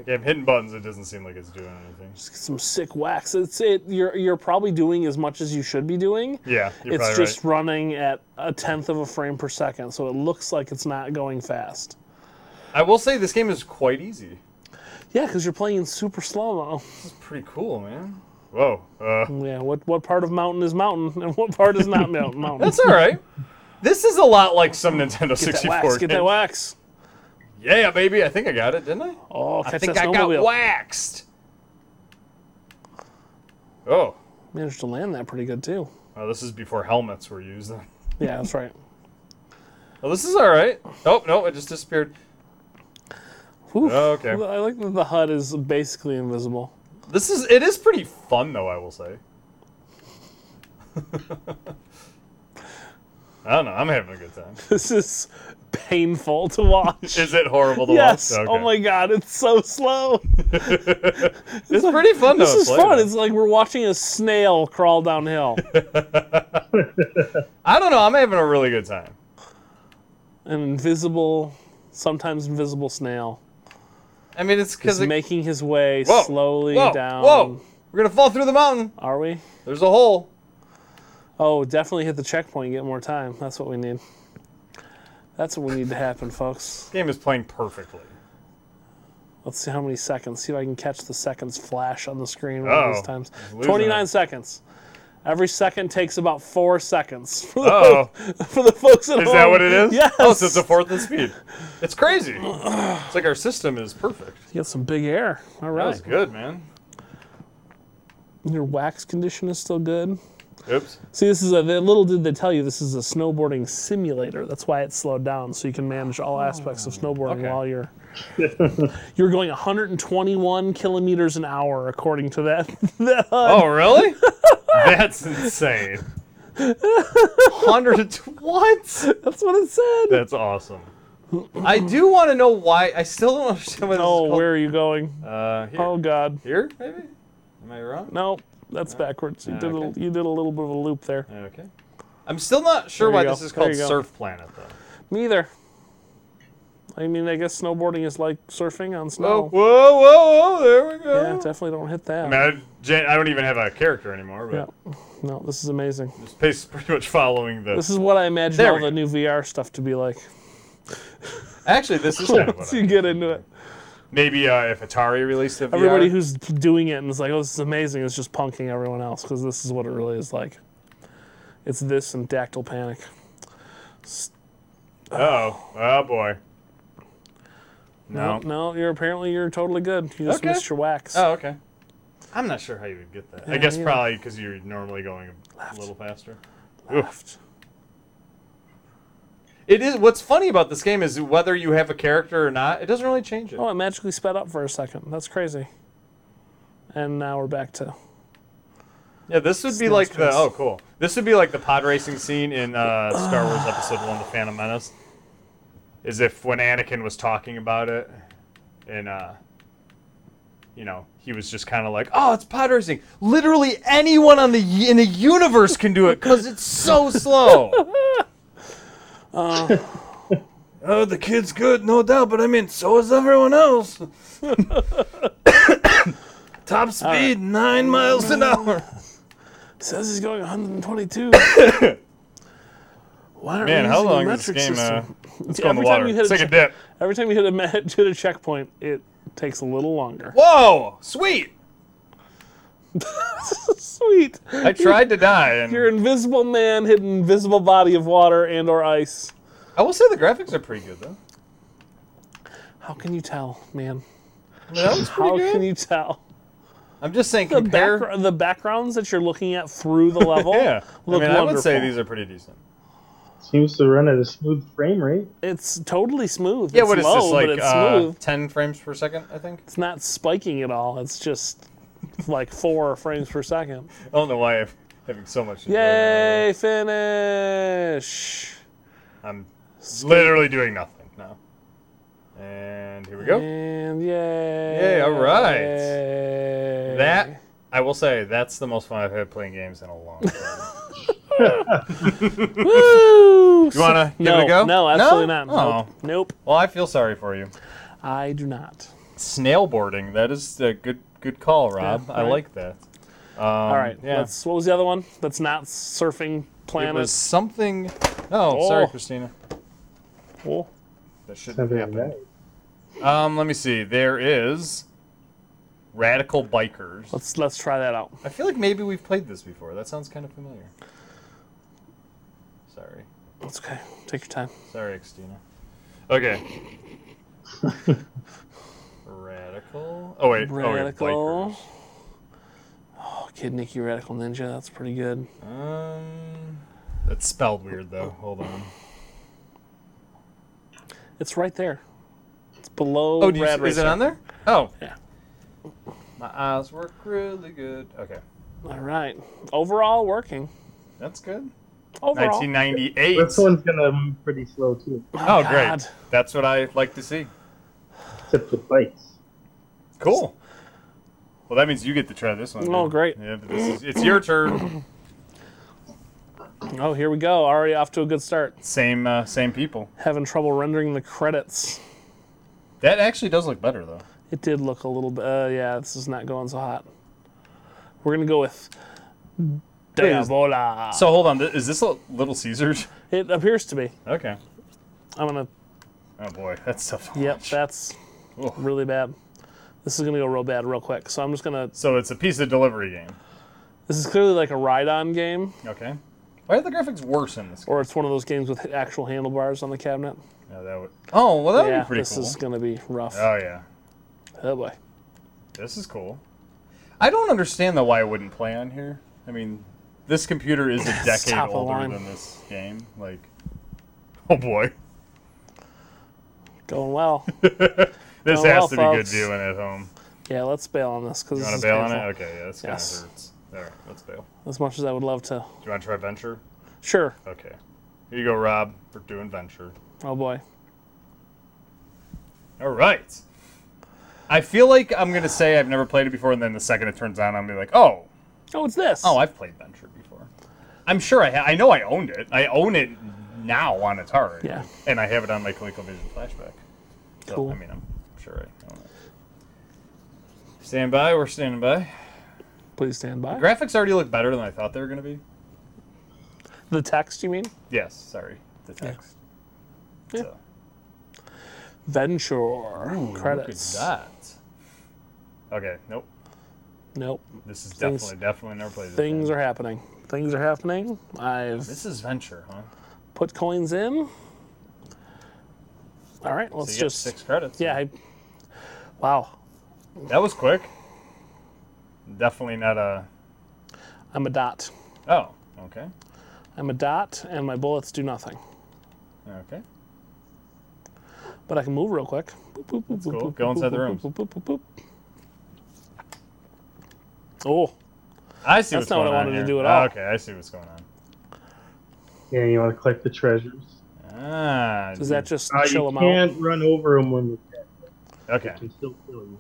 [SPEAKER 1] Okay, I'm hitting buttons. It doesn't seem like it's doing anything.
[SPEAKER 3] Just get some sick wax. It's it. You're you're probably doing as much as you should be doing.
[SPEAKER 1] Yeah, you're
[SPEAKER 3] it's
[SPEAKER 1] probably
[SPEAKER 3] just running at a tenth of a frame per second, so it looks like it's not going fast.
[SPEAKER 1] right. I will say this game is quite easy.
[SPEAKER 3] Yeah, because you're playing in super slow mo.
[SPEAKER 1] This is pretty cool, man. Whoa. Uh,
[SPEAKER 3] yeah, what what part of mountain is mountain and what part is not mount- mountain?
[SPEAKER 1] That's all right. This is a lot like some Nintendo 64
[SPEAKER 3] Get that wax. Get that
[SPEAKER 1] game.
[SPEAKER 3] wax.
[SPEAKER 1] Yeah, baby. I think I got it, didn't I?
[SPEAKER 3] Oh,
[SPEAKER 1] I
[SPEAKER 3] catch
[SPEAKER 1] think
[SPEAKER 3] that
[SPEAKER 1] I got
[SPEAKER 3] snowmobile.
[SPEAKER 1] waxed. Oh.
[SPEAKER 3] Managed to land that pretty good too.
[SPEAKER 1] Oh, this is before helmets were used.
[SPEAKER 3] Yeah, that's right.
[SPEAKER 1] Oh, this is all right. Oh no, it just disappeared.
[SPEAKER 3] Oof.
[SPEAKER 1] Okay.
[SPEAKER 3] I like that the HUD is basically invisible.
[SPEAKER 1] This is it is pretty fun though, I will say. I don't know. I'm having a good time.
[SPEAKER 3] This is painful to watch.
[SPEAKER 1] Is it horrible to
[SPEAKER 3] yes.
[SPEAKER 1] watch?
[SPEAKER 3] Oh my god, it's so slow.
[SPEAKER 1] It's, pretty fun though.
[SPEAKER 3] This is
[SPEAKER 1] play
[SPEAKER 3] fun.
[SPEAKER 1] it.
[SPEAKER 3] It's like we're watching a snail crawl downhill.
[SPEAKER 1] I don't know. I'm having a really good time.
[SPEAKER 3] An invisible, sometimes invisible snail
[SPEAKER 1] I mean, it's because
[SPEAKER 3] is
[SPEAKER 1] it,
[SPEAKER 3] making his way
[SPEAKER 1] Whoa,
[SPEAKER 3] slowly
[SPEAKER 1] whoa,
[SPEAKER 3] down.
[SPEAKER 1] Whoa! We're gonna fall through the mountain.
[SPEAKER 3] Are we?
[SPEAKER 1] There's a hole.
[SPEAKER 3] Oh, definitely hit the checkpoint and get more time. That's what we need. That's what we need to happen, folks.
[SPEAKER 1] This game is playing perfectly.
[SPEAKER 3] Let's see how many seconds. See if I can catch the seconds flash on the screen one of
[SPEAKER 1] Uh-oh.
[SPEAKER 3] these times.
[SPEAKER 1] Oh, Losing
[SPEAKER 3] 29
[SPEAKER 1] it.
[SPEAKER 3] seconds. Every second takes about four seconds for the,
[SPEAKER 1] Oh,
[SPEAKER 3] for the folks at home.
[SPEAKER 1] is that what it is?
[SPEAKER 3] Yes.
[SPEAKER 1] Oh, so it's a fourth in speed. It's crazy. it's like our system is perfect.
[SPEAKER 3] Get some big air. All
[SPEAKER 1] That
[SPEAKER 3] right.
[SPEAKER 1] was good, man.
[SPEAKER 3] Your wax condition is still good.
[SPEAKER 1] Oops.
[SPEAKER 3] See, this is a they- little did they tell you this is a snowboarding simulator. That's why it's slowed down, so you can manage all aspects of snowboarding
[SPEAKER 1] okay.
[SPEAKER 3] while you're you're going 121 kilometers an hour, according to that. that
[SPEAKER 1] Oh, really? That's insane. 100 what?
[SPEAKER 3] that's what it said.
[SPEAKER 1] That's awesome. I do want to know why. I still don't understand what this
[SPEAKER 3] Oh,
[SPEAKER 1] is called.
[SPEAKER 3] where are you going?
[SPEAKER 1] Uh, here.
[SPEAKER 3] Oh God,
[SPEAKER 1] Here, maybe? Am I wrong?
[SPEAKER 3] no, that's backwards. You
[SPEAKER 1] Ah,
[SPEAKER 3] did
[SPEAKER 1] okay.
[SPEAKER 3] a, you did a little bit of a loop there.
[SPEAKER 1] Okay. I'm still not sure
[SPEAKER 3] There you
[SPEAKER 1] why
[SPEAKER 3] go.
[SPEAKER 1] this is
[SPEAKER 3] There
[SPEAKER 1] called
[SPEAKER 3] you go.
[SPEAKER 1] Surf Planet, though.
[SPEAKER 3] Neither. I mean, I guess snowboarding is like surfing on
[SPEAKER 1] Oh,
[SPEAKER 3] snow.
[SPEAKER 1] whoa, whoa, whoa, there we
[SPEAKER 3] Yeah,
[SPEAKER 1] go.
[SPEAKER 3] definitely don't hit that.
[SPEAKER 1] Man, Jan- I don't even have a character anymore, but
[SPEAKER 3] Yeah. No, this is amazing.
[SPEAKER 1] this place is pretty much following the.
[SPEAKER 3] This is what I imagine
[SPEAKER 1] There
[SPEAKER 3] all
[SPEAKER 1] we
[SPEAKER 3] the
[SPEAKER 1] go.
[SPEAKER 3] new VR stuff to be like.
[SPEAKER 1] Actually, this is kind of
[SPEAKER 3] Once
[SPEAKER 1] what
[SPEAKER 3] you
[SPEAKER 1] I,
[SPEAKER 3] get into it.
[SPEAKER 1] maybe uh, if Atari released a VR.
[SPEAKER 3] Everybody who's doing it and is like, oh, this is amazing, is just punking everyone else because this is what it really is like. It's this and Dactyl Panic.
[SPEAKER 1] Oh, oh boy. No.
[SPEAKER 3] No, you're apparently you're totally good. You
[SPEAKER 1] Oh.
[SPEAKER 3] just
[SPEAKER 1] Okay.
[SPEAKER 3] missed your wax.
[SPEAKER 1] Oh, okay. I'm not sure how you would get that. I
[SPEAKER 3] Yeah,
[SPEAKER 1] guess
[SPEAKER 3] me neither.
[SPEAKER 1] probably because you're normally going a little faster.
[SPEAKER 3] Left.
[SPEAKER 1] It is. What's funny about this game is whether you have a character or not, it doesn't really change it.
[SPEAKER 3] Oh, it magically sped up for a second. That's crazy. And now we're back to
[SPEAKER 1] yeah, this would be
[SPEAKER 3] nice
[SPEAKER 1] like the.
[SPEAKER 3] choice.
[SPEAKER 1] Oh, cool. This would be like the pod racing scene in uh, Star Wars Episode One: The Phantom Menace. Is if when Anakin was talking about it, and uh, you know, he was just kind of like, "Oh, it's pod racing. Literally anyone on the y- in the universe can do it because it's so slow." Uh, oh, the kid's good, no doubt, but I mean, so is everyone else. Top speed nine miles an hour.
[SPEAKER 3] says he's going 122. Why aren't
[SPEAKER 1] Man,
[SPEAKER 3] we
[SPEAKER 1] how
[SPEAKER 3] using a
[SPEAKER 1] long is this
[SPEAKER 3] metric
[SPEAKER 1] game? Uh,
[SPEAKER 3] system?
[SPEAKER 1] let's
[SPEAKER 3] See,
[SPEAKER 1] go in the
[SPEAKER 3] every time
[SPEAKER 1] water.
[SPEAKER 3] you hit
[SPEAKER 1] Let's
[SPEAKER 3] a
[SPEAKER 1] take a
[SPEAKER 3] check-
[SPEAKER 1] dip.
[SPEAKER 3] Every time you hit a, ma- hit a checkpoint, it takes a little longer.
[SPEAKER 1] Whoa, sweet!
[SPEAKER 3] Sweet.
[SPEAKER 1] I tried to die, and
[SPEAKER 3] You're invisible man hidden invisible body of water and or ice.
[SPEAKER 1] I will say the graphics are pretty good though.
[SPEAKER 3] How can you tell, man?
[SPEAKER 1] I mean, that was pretty
[SPEAKER 3] How
[SPEAKER 1] good.
[SPEAKER 3] can you tell?
[SPEAKER 1] I'm just saying
[SPEAKER 3] The,
[SPEAKER 1] compare.
[SPEAKER 3] backgr- the backgrounds that you're looking at through the level
[SPEAKER 1] yeah, I
[SPEAKER 3] look
[SPEAKER 1] mean, I would say
[SPEAKER 3] wonderful.
[SPEAKER 1] these are pretty decent.
[SPEAKER 4] Seems to run at a smooth frame rate.
[SPEAKER 3] It's totally smooth.
[SPEAKER 1] Yeah,
[SPEAKER 3] it's
[SPEAKER 1] what is
[SPEAKER 3] low,
[SPEAKER 1] this like?
[SPEAKER 3] but it's
[SPEAKER 1] Uh,
[SPEAKER 3] smooth.
[SPEAKER 1] Ten frames per second, I think.
[SPEAKER 3] It's not spiking at all. It's just like four frames per second.
[SPEAKER 1] I don't know why I'm having so much. enjoyment out
[SPEAKER 3] Yay, finish.
[SPEAKER 1] of it. I'm literally doing nothing now. And here we go.
[SPEAKER 3] And yay.
[SPEAKER 1] Yay, all right.
[SPEAKER 3] Yay.
[SPEAKER 1] That I will say that's the most fun I've had playing games in a long time.
[SPEAKER 3] Woo!
[SPEAKER 1] You wanna give
[SPEAKER 3] no,
[SPEAKER 1] it a go?
[SPEAKER 3] No, absolutely not.
[SPEAKER 1] Oh.
[SPEAKER 3] Nope. nope.
[SPEAKER 1] Well, I feel sorry for you.
[SPEAKER 3] I do not.
[SPEAKER 1] Snailboarding. That is a good good call, Rob.
[SPEAKER 3] Yeah,
[SPEAKER 1] I
[SPEAKER 3] right.
[SPEAKER 1] like that. Um,
[SPEAKER 3] All right.
[SPEAKER 1] Yeah.
[SPEAKER 3] Let's, what was the other one? That's not surfing
[SPEAKER 1] it
[SPEAKER 3] planet.
[SPEAKER 1] was something. Oh, sorry,
[SPEAKER 3] Oh.
[SPEAKER 1] Christina.
[SPEAKER 3] Oh,
[SPEAKER 1] That shouldn't
[SPEAKER 4] Something like
[SPEAKER 1] happen.
[SPEAKER 4] that.
[SPEAKER 1] Um, let me see. There is Radical Bikers.
[SPEAKER 3] Let's let's try that out.
[SPEAKER 1] I feel like maybe we've played this before. That sounds kind of familiar. Sorry.
[SPEAKER 3] That's okay. Take your time.
[SPEAKER 1] Sorry, Xtina. Okay. Radical. Oh wait. Oh,
[SPEAKER 3] Radical. Oh, Kid Nicky Radical Ninja. That's pretty good.
[SPEAKER 1] wait. Biker. Um, that's spelled weird though. Hold on.
[SPEAKER 3] It's right there. It's below.
[SPEAKER 1] Oh, do you,
[SPEAKER 3] Rad
[SPEAKER 1] is it
[SPEAKER 3] Racer.
[SPEAKER 1] on there? Oh.
[SPEAKER 3] Yeah.
[SPEAKER 1] My eyes work really good. Okay.
[SPEAKER 3] All right. Overall working.
[SPEAKER 1] That's good.
[SPEAKER 3] Overall.
[SPEAKER 1] 1998.
[SPEAKER 4] This one's gonna be pretty slow too,
[SPEAKER 1] Oh,
[SPEAKER 3] God.
[SPEAKER 1] great. That's what I like to see.
[SPEAKER 4] except with bikes.
[SPEAKER 1] Cool. Well, that means you get to try this one.
[SPEAKER 3] Oh,
[SPEAKER 1] dude.
[SPEAKER 3] great.
[SPEAKER 1] Yeah, but this is, it's your turn.
[SPEAKER 3] Oh, here we go. Already off to a good start.
[SPEAKER 1] Same, uh, same people.
[SPEAKER 3] Having trouble rendering the credits.
[SPEAKER 1] That actually does look better though.
[SPEAKER 3] It did look a little bit. Uh, yeah, this is not going so hot. We're gonna go with
[SPEAKER 1] is-
[SPEAKER 3] Diavola.
[SPEAKER 1] So hold on, th- is this a Little Caesars?
[SPEAKER 3] It appears to be.
[SPEAKER 1] Okay.
[SPEAKER 3] I'm gonna.
[SPEAKER 1] Oh boy, that's tough. to
[SPEAKER 3] Yep,
[SPEAKER 1] watch.
[SPEAKER 3] that's
[SPEAKER 1] Oof.
[SPEAKER 3] really bad. This is gonna go real bad real quick. So I'm just gonna.
[SPEAKER 1] So it's a pizza delivery game.
[SPEAKER 3] This is clearly like a ride-on game,
[SPEAKER 1] Okay. Why are the graphics worse in this? Game?
[SPEAKER 3] or it's one of those games with actual handlebars on the cabinet.
[SPEAKER 1] Oh, that would... oh well, that would
[SPEAKER 3] yeah,
[SPEAKER 1] be pretty
[SPEAKER 3] this
[SPEAKER 1] cool.
[SPEAKER 3] is gonna be rough.
[SPEAKER 1] Oh yeah,
[SPEAKER 3] oh boy.
[SPEAKER 1] this is cool. I don't understand though why I wouldn't play on here. I mean, this computer is a decade
[SPEAKER 3] top of the
[SPEAKER 1] older
[SPEAKER 3] line.
[SPEAKER 1] than this game. Like, oh boy,
[SPEAKER 3] Going well.
[SPEAKER 1] this has
[SPEAKER 3] Oh, well,
[SPEAKER 1] to be good
[SPEAKER 3] folks.
[SPEAKER 1] viewing at home.
[SPEAKER 3] yeah, let's bail on this because
[SPEAKER 1] You
[SPEAKER 3] this
[SPEAKER 1] want to
[SPEAKER 3] is
[SPEAKER 1] bail on
[SPEAKER 3] painful.
[SPEAKER 1] it? Okay, yeah, this kind of
[SPEAKER 3] Yes.
[SPEAKER 1] hurts. All right, let's bail.
[SPEAKER 3] As much as I would love
[SPEAKER 1] Do
[SPEAKER 3] to.
[SPEAKER 1] you want to try venture?
[SPEAKER 3] Sure.
[SPEAKER 1] Okay. Here you go, Rob. We're doing venture.
[SPEAKER 3] Oh boy.
[SPEAKER 1] All right. I feel like I'm gonna say I've never played it before, and then the second it turns on, I'm gonna be like, oh,
[SPEAKER 3] Oh, it's this.
[SPEAKER 1] oh, I've played Venture before. I'm sure I ha- I know I owned it. I own it now on Atari.
[SPEAKER 3] Yeah.
[SPEAKER 1] And I have it on my ColecoVision flashback. So,
[SPEAKER 3] Cool.
[SPEAKER 1] I mean, I'm sure I own it. Stand by. We're standing by.
[SPEAKER 3] Please stand by.
[SPEAKER 1] Graphics already look better than I thought they were gonna be.
[SPEAKER 3] the text, you mean?
[SPEAKER 1] Yes. Sorry. The text.
[SPEAKER 3] Yeah.
[SPEAKER 1] So-
[SPEAKER 3] Venture credits.
[SPEAKER 1] Look at that. Okay. Nope.
[SPEAKER 3] Nope.
[SPEAKER 1] This is
[SPEAKER 3] Things-
[SPEAKER 1] definitely definitely never played. This
[SPEAKER 3] Things
[SPEAKER 1] game.
[SPEAKER 3] are happening. Things are happening. I've
[SPEAKER 1] This is Venture, huh?
[SPEAKER 3] put coins in. All right,
[SPEAKER 1] So
[SPEAKER 3] let's
[SPEAKER 1] you got
[SPEAKER 3] just.
[SPEAKER 1] six credits.
[SPEAKER 3] Yeah. I, wow,
[SPEAKER 1] That was quick. Definitely not a.
[SPEAKER 3] I'm a dot.
[SPEAKER 1] Oh, okay.
[SPEAKER 3] I'm a dot, and my bullets do nothing.
[SPEAKER 1] Okay.
[SPEAKER 3] But I can move real quick. Boop, boop, boop, boop,
[SPEAKER 1] cool.
[SPEAKER 3] boop,
[SPEAKER 1] Go
[SPEAKER 3] boop,
[SPEAKER 1] inside the
[SPEAKER 3] boop,
[SPEAKER 1] rooms.
[SPEAKER 3] boop, boop, boop, boop. Oh,
[SPEAKER 1] I see
[SPEAKER 3] That's
[SPEAKER 1] what's
[SPEAKER 3] not what
[SPEAKER 1] going
[SPEAKER 3] I
[SPEAKER 1] on
[SPEAKER 3] wanted
[SPEAKER 1] here.
[SPEAKER 3] to do at
[SPEAKER 1] Ah,
[SPEAKER 3] all.
[SPEAKER 1] Okay, I see what's going on.
[SPEAKER 4] Yeah, you want to collect the treasures.
[SPEAKER 1] Ah.
[SPEAKER 3] does
[SPEAKER 1] dude.
[SPEAKER 3] that just
[SPEAKER 4] Uh,
[SPEAKER 3] chill
[SPEAKER 4] you
[SPEAKER 3] them out?
[SPEAKER 4] can't run over them when you can.
[SPEAKER 1] Okay. Oh,
[SPEAKER 4] They can still kill you.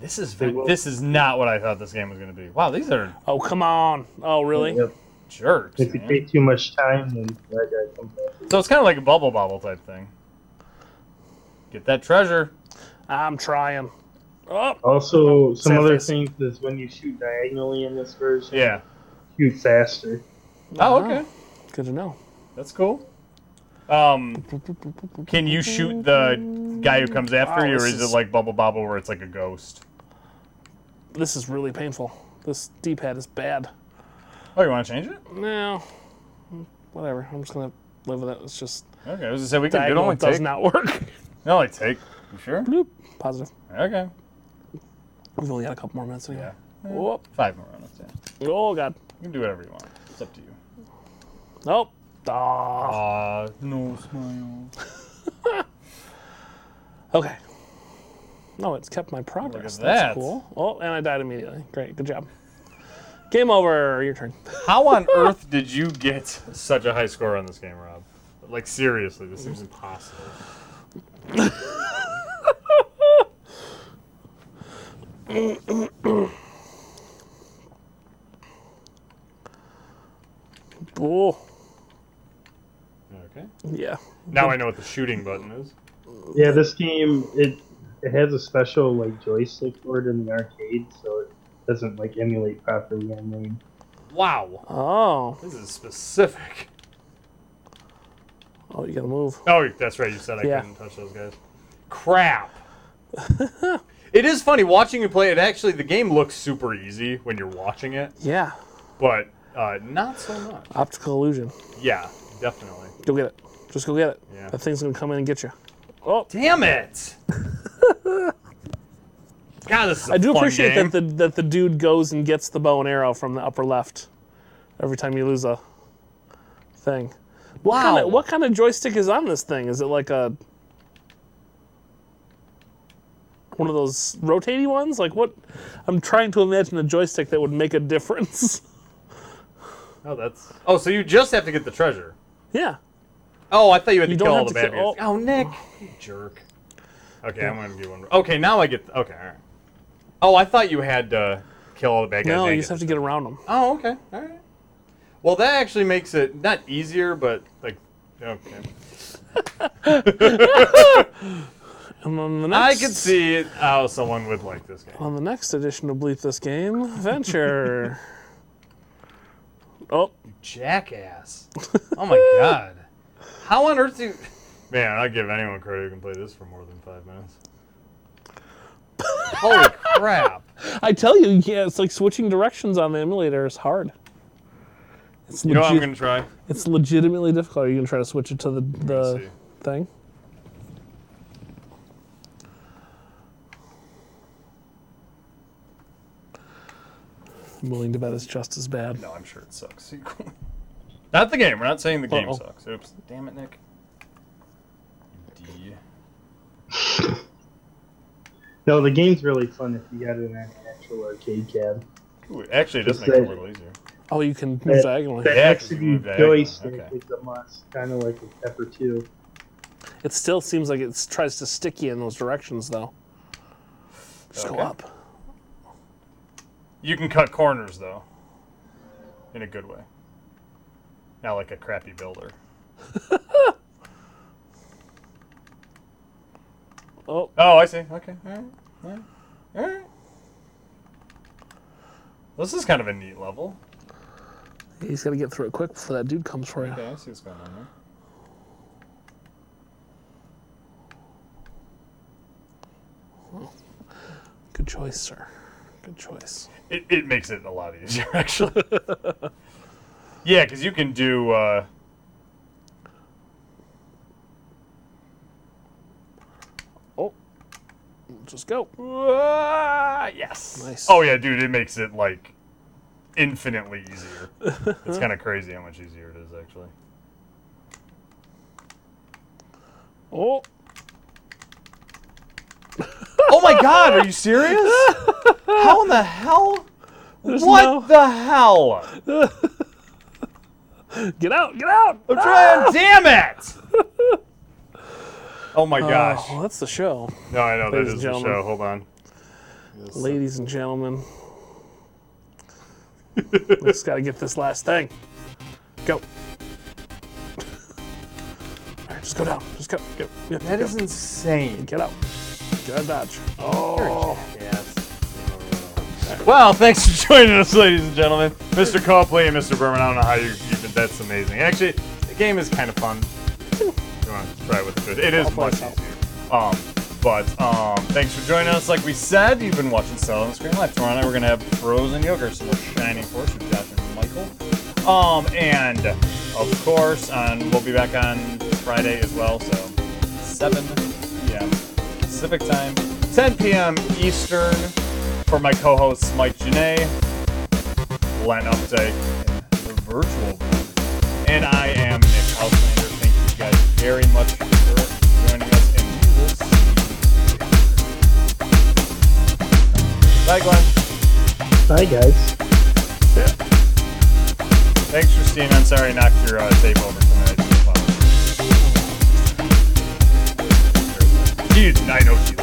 [SPEAKER 1] This is
[SPEAKER 4] They will-
[SPEAKER 1] this is not what I thought this game was going to be. Wow, these are
[SPEAKER 3] Oh, come on. Oh, really?
[SPEAKER 4] Yep.
[SPEAKER 1] jerks.
[SPEAKER 4] If you
[SPEAKER 1] man.
[SPEAKER 4] take too much time, then that guy comes back.
[SPEAKER 1] So it's kind of like a bubble bobble type thing. Get that treasure.
[SPEAKER 3] I'm trying. Oh,
[SPEAKER 4] Also, some
[SPEAKER 3] Sad
[SPEAKER 4] other
[SPEAKER 3] face.
[SPEAKER 4] things is when you shoot diagonally in this version,
[SPEAKER 1] Yeah.
[SPEAKER 4] shoot faster.
[SPEAKER 1] Oh, okay.
[SPEAKER 3] good to know.
[SPEAKER 1] That's cool. Um, can you shoot the guy who comes after
[SPEAKER 3] Wow,
[SPEAKER 1] you, or
[SPEAKER 3] this
[SPEAKER 1] is
[SPEAKER 3] is-
[SPEAKER 1] it like Bubble Bobble where it's like a ghost?
[SPEAKER 3] This is really painful. This D-pad is bad.
[SPEAKER 1] Oh, you want to change it?
[SPEAKER 3] No, whatever. I'm just gonna live with it. It's just
[SPEAKER 1] Okay, I was gonna say we can. It
[SPEAKER 3] diagonal
[SPEAKER 1] only
[SPEAKER 3] does
[SPEAKER 1] take.
[SPEAKER 3] not work.
[SPEAKER 1] It only take. You sure?
[SPEAKER 3] Bloop. Positive.
[SPEAKER 1] Okay.
[SPEAKER 3] We've only got a couple more minutes. Anyway.
[SPEAKER 1] Yeah.
[SPEAKER 3] Whoop.
[SPEAKER 1] Five more rounds. Yeah.
[SPEAKER 3] Oh god.
[SPEAKER 1] You can do whatever you want. It's up to you.
[SPEAKER 3] Nope. Ah.
[SPEAKER 1] Uh, no smile.
[SPEAKER 3] Okay. No, it's kept my progress.
[SPEAKER 1] Look at
[SPEAKER 3] That's
[SPEAKER 1] that.
[SPEAKER 3] cool. Oh, and I died immediately. Great. Good job. Game over. Your turn.
[SPEAKER 1] How on earth did you get such a high score on this game, Rob? Like seriously, this seems impossible.
[SPEAKER 3] Oh.
[SPEAKER 1] Okay.
[SPEAKER 3] Yeah.
[SPEAKER 1] Now I know what the shooting button is.
[SPEAKER 4] Yeah, this game it it has a special like joystick for it in the arcade, so it doesn't like emulate properly. I mean,
[SPEAKER 1] Wow.
[SPEAKER 3] Oh.
[SPEAKER 1] This is specific.
[SPEAKER 3] Oh, you gotta move.
[SPEAKER 1] Oh, that's right. You said I
[SPEAKER 3] Yeah.
[SPEAKER 1] couldn't touch those guys. Crap. It is funny watching you play it. Actually, the game looks super easy when you're watching it,
[SPEAKER 3] Yeah.
[SPEAKER 1] but uh, not so much.
[SPEAKER 3] Optical illusion.
[SPEAKER 1] Yeah, definitely.
[SPEAKER 3] Go get it. Just go get it.
[SPEAKER 1] Yeah.
[SPEAKER 3] That thing's gonna come in and get you. Oh,
[SPEAKER 1] damn it! God, this is a
[SPEAKER 3] I do
[SPEAKER 1] fun
[SPEAKER 3] appreciate
[SPEAKER 1] game.
[SPEAKER 3] that the that the dude goes and gets the bow and arrow from the upper left every time you lose a thing. What
[SPEAKER 1] Wow.
[SPEAKER 3] kind of what kind of joystick is on this thing? Is it like a one of those rotating ones? Like what? I'm trying to imagine a joystick that would make a difference.
[SPEAKER 1] Oh, that's. Oh, so you just have to get the treasure.
[SPEAKER 3] yeah.
[SPEAKER 1] Oh, I thought you had to
[SPEAKER 3] You don't
[SPEAKER 1] kill all
[SPEAKER 3] have
[SPEAKER 1] the
[SPEAKER 3] to
[SPEAKER 1] bad
[SPEAKER 3] kill-
[SPEAKER 1] guys. Oh, Nick, you jerk. Okay, I'm gonna give one. Okay, now I get. Okay, all right. Oh, I thought you had to kill all the bad guys.
[SPEAKER 3] No,
[SPEAKER 1] and
[SPEAKER 3] you just have to get around them.
[SPEAKER 1] Oh, okay. All right. Well, that actually makes it not easier, but like, okay.
[SPEAKER 3] And on the
[SPEAKER 1] I
[SPEAKER 3] next,
[SPEAKER 1] could see how someone would like this game.
[SPEAKER 3] on the next edition of Bleep This Game, Venture. oh,
[SPEAKER 1] Jackass. Oh my god. How on earth do? You... Man, I give anyone credit who can play this for more than five minutes. Holy crap!
[SPEAKER 3] I tell you, yeah, it's like switching directions on the emulator is hard. It's,
[SPEAKER 1] You know what I'm
[SPEAKER 3] legit-
[SPEAKER 1] gonna try?
[SPEAKER 3] it's legitimately difficult. Are you gonna try to switch it to the, the
[SPEAKER 1] see.
[SPEAKER 3] thing? I'm willing to bet it's just as bad.
[SPEAKER 1] No, I'm sure it sucks. not the game. We're not saying the game
[SPEAKER 3] Uh-oh.
[SPEAKER 1] sucks. Oops. Damn it, Nick. D.
[SPEAKER 4] No, the game's really fun if you got it in an actual arcade cab.
[SPEAKER 1] Ooh, actually, it does
[SPEAKER 4] Just
[SPEAKER 1] make it a
[SPEAKER 4] say-
[SPEAKER 1] little easier.
[SPEAKER 3] Oh, you can move
[SPEAKER 4] That-
[SPEAKER 3] diagonally.
[SPEAKER 4] That
[SPEAKER 1] Yeah, 'cause you
[SPEAKER 4] actually
[SPEAKER 1] move diagonally,
[SPEAKER 4] joystick
[SPEAKER 1] okay.
[SPEAKER 4] is a must, kind of like a Pepper 2.
[SPEAKER 3] It still seems like it tries to stick you in those directions, though. Just
[SPEAKER 1] Okay.
[SPEAKER 3] go up.
[SPEAKER 1] You can cut corners though, in a good way. Not like a crappy builder.
[SPEAKER 3] Oh,
[SPEAKER 1] Oh, I see. Okay, all right, all right, all right. This is kind of a neat level.
[SPEAKER 3] he's got to get through it quick before that dude comes for you.
[SPEAKER 1] Okay, I see what's going on here.
[SPEAKER 3] Good choice, sir. Good choice.
[SPEAKER 1] It, it makes it a lot easier, actually. yeah, because you can do. Uh...
[SPEAKER 3] Oh, just go.
[SPEAKER 1] Ah, yes.
[SPEAKER 3] Nice.
[SPEAKER 1] Oh yeah, dude, it makes it like infinitely easier. it's kind of crazy how much easier it is, actually.
[SPEAKER 3] Oh.
[SPEAKER 1] Oh my god, are you serious? How in the hell?
[SPEAKER 3] There's
[SPEAKER 1] what
[SPEAKER 3] no-
[SPEAKER 1] the hell?
[SPEAKER 3] Get out! Get out!
[SPEAKER 1] I'm trying, damn it! Oh my gosh.
[SPEAKER 3] Ah! Well, that's the show,
[SPEAKER 1] No, I know, that
[SPEAKER 3] Ladies and
[SPEAKER 1] is the
[SPEAKER 3] gentlemen.
[SPEAKER 1] show. Hold on.
[SPEAKER 3] ladies and gentlemen. we just gotta get this last thing. Go. All right, just go down. Just go. Go. Yep,
[SPEAKER 1] That
[SPEAKER 3] go.
[SPEAKER 1] is insane.
[SPEAKER 3] Get out. Get out of dodge. Oh.
[SPEAKER 1] Well, thanks for joining us, ladies and gentlemen. Mr. Copley and Mr. Berman, I don't know how you, you did that's amazing. Actually, the game is kind of fun. You want to try with it? It is much easier. Um, but um, thanks for joining us. Like we said, you've been watching Cell on the Screen Live. Tomorrow night we're gonna have Frozen Yogurt, so we're shining force with Josh and Michael. Um, and of course, on we'll be back on Friday as well. So 7 p.m. Pacific time, 10 p.m. Eastern. For my co-hosts Mike Janae, Len Update, the virtual booth, and I am Nick Houselander. Thank you guys very much for joining us, and we will see you. Bye, Glenn.
[SPEAKER 4] Bye, guys.
[SPEAKER 1] Thanks, Christine. I'm sorry I knocked your uh, tape over tonight. You, I know she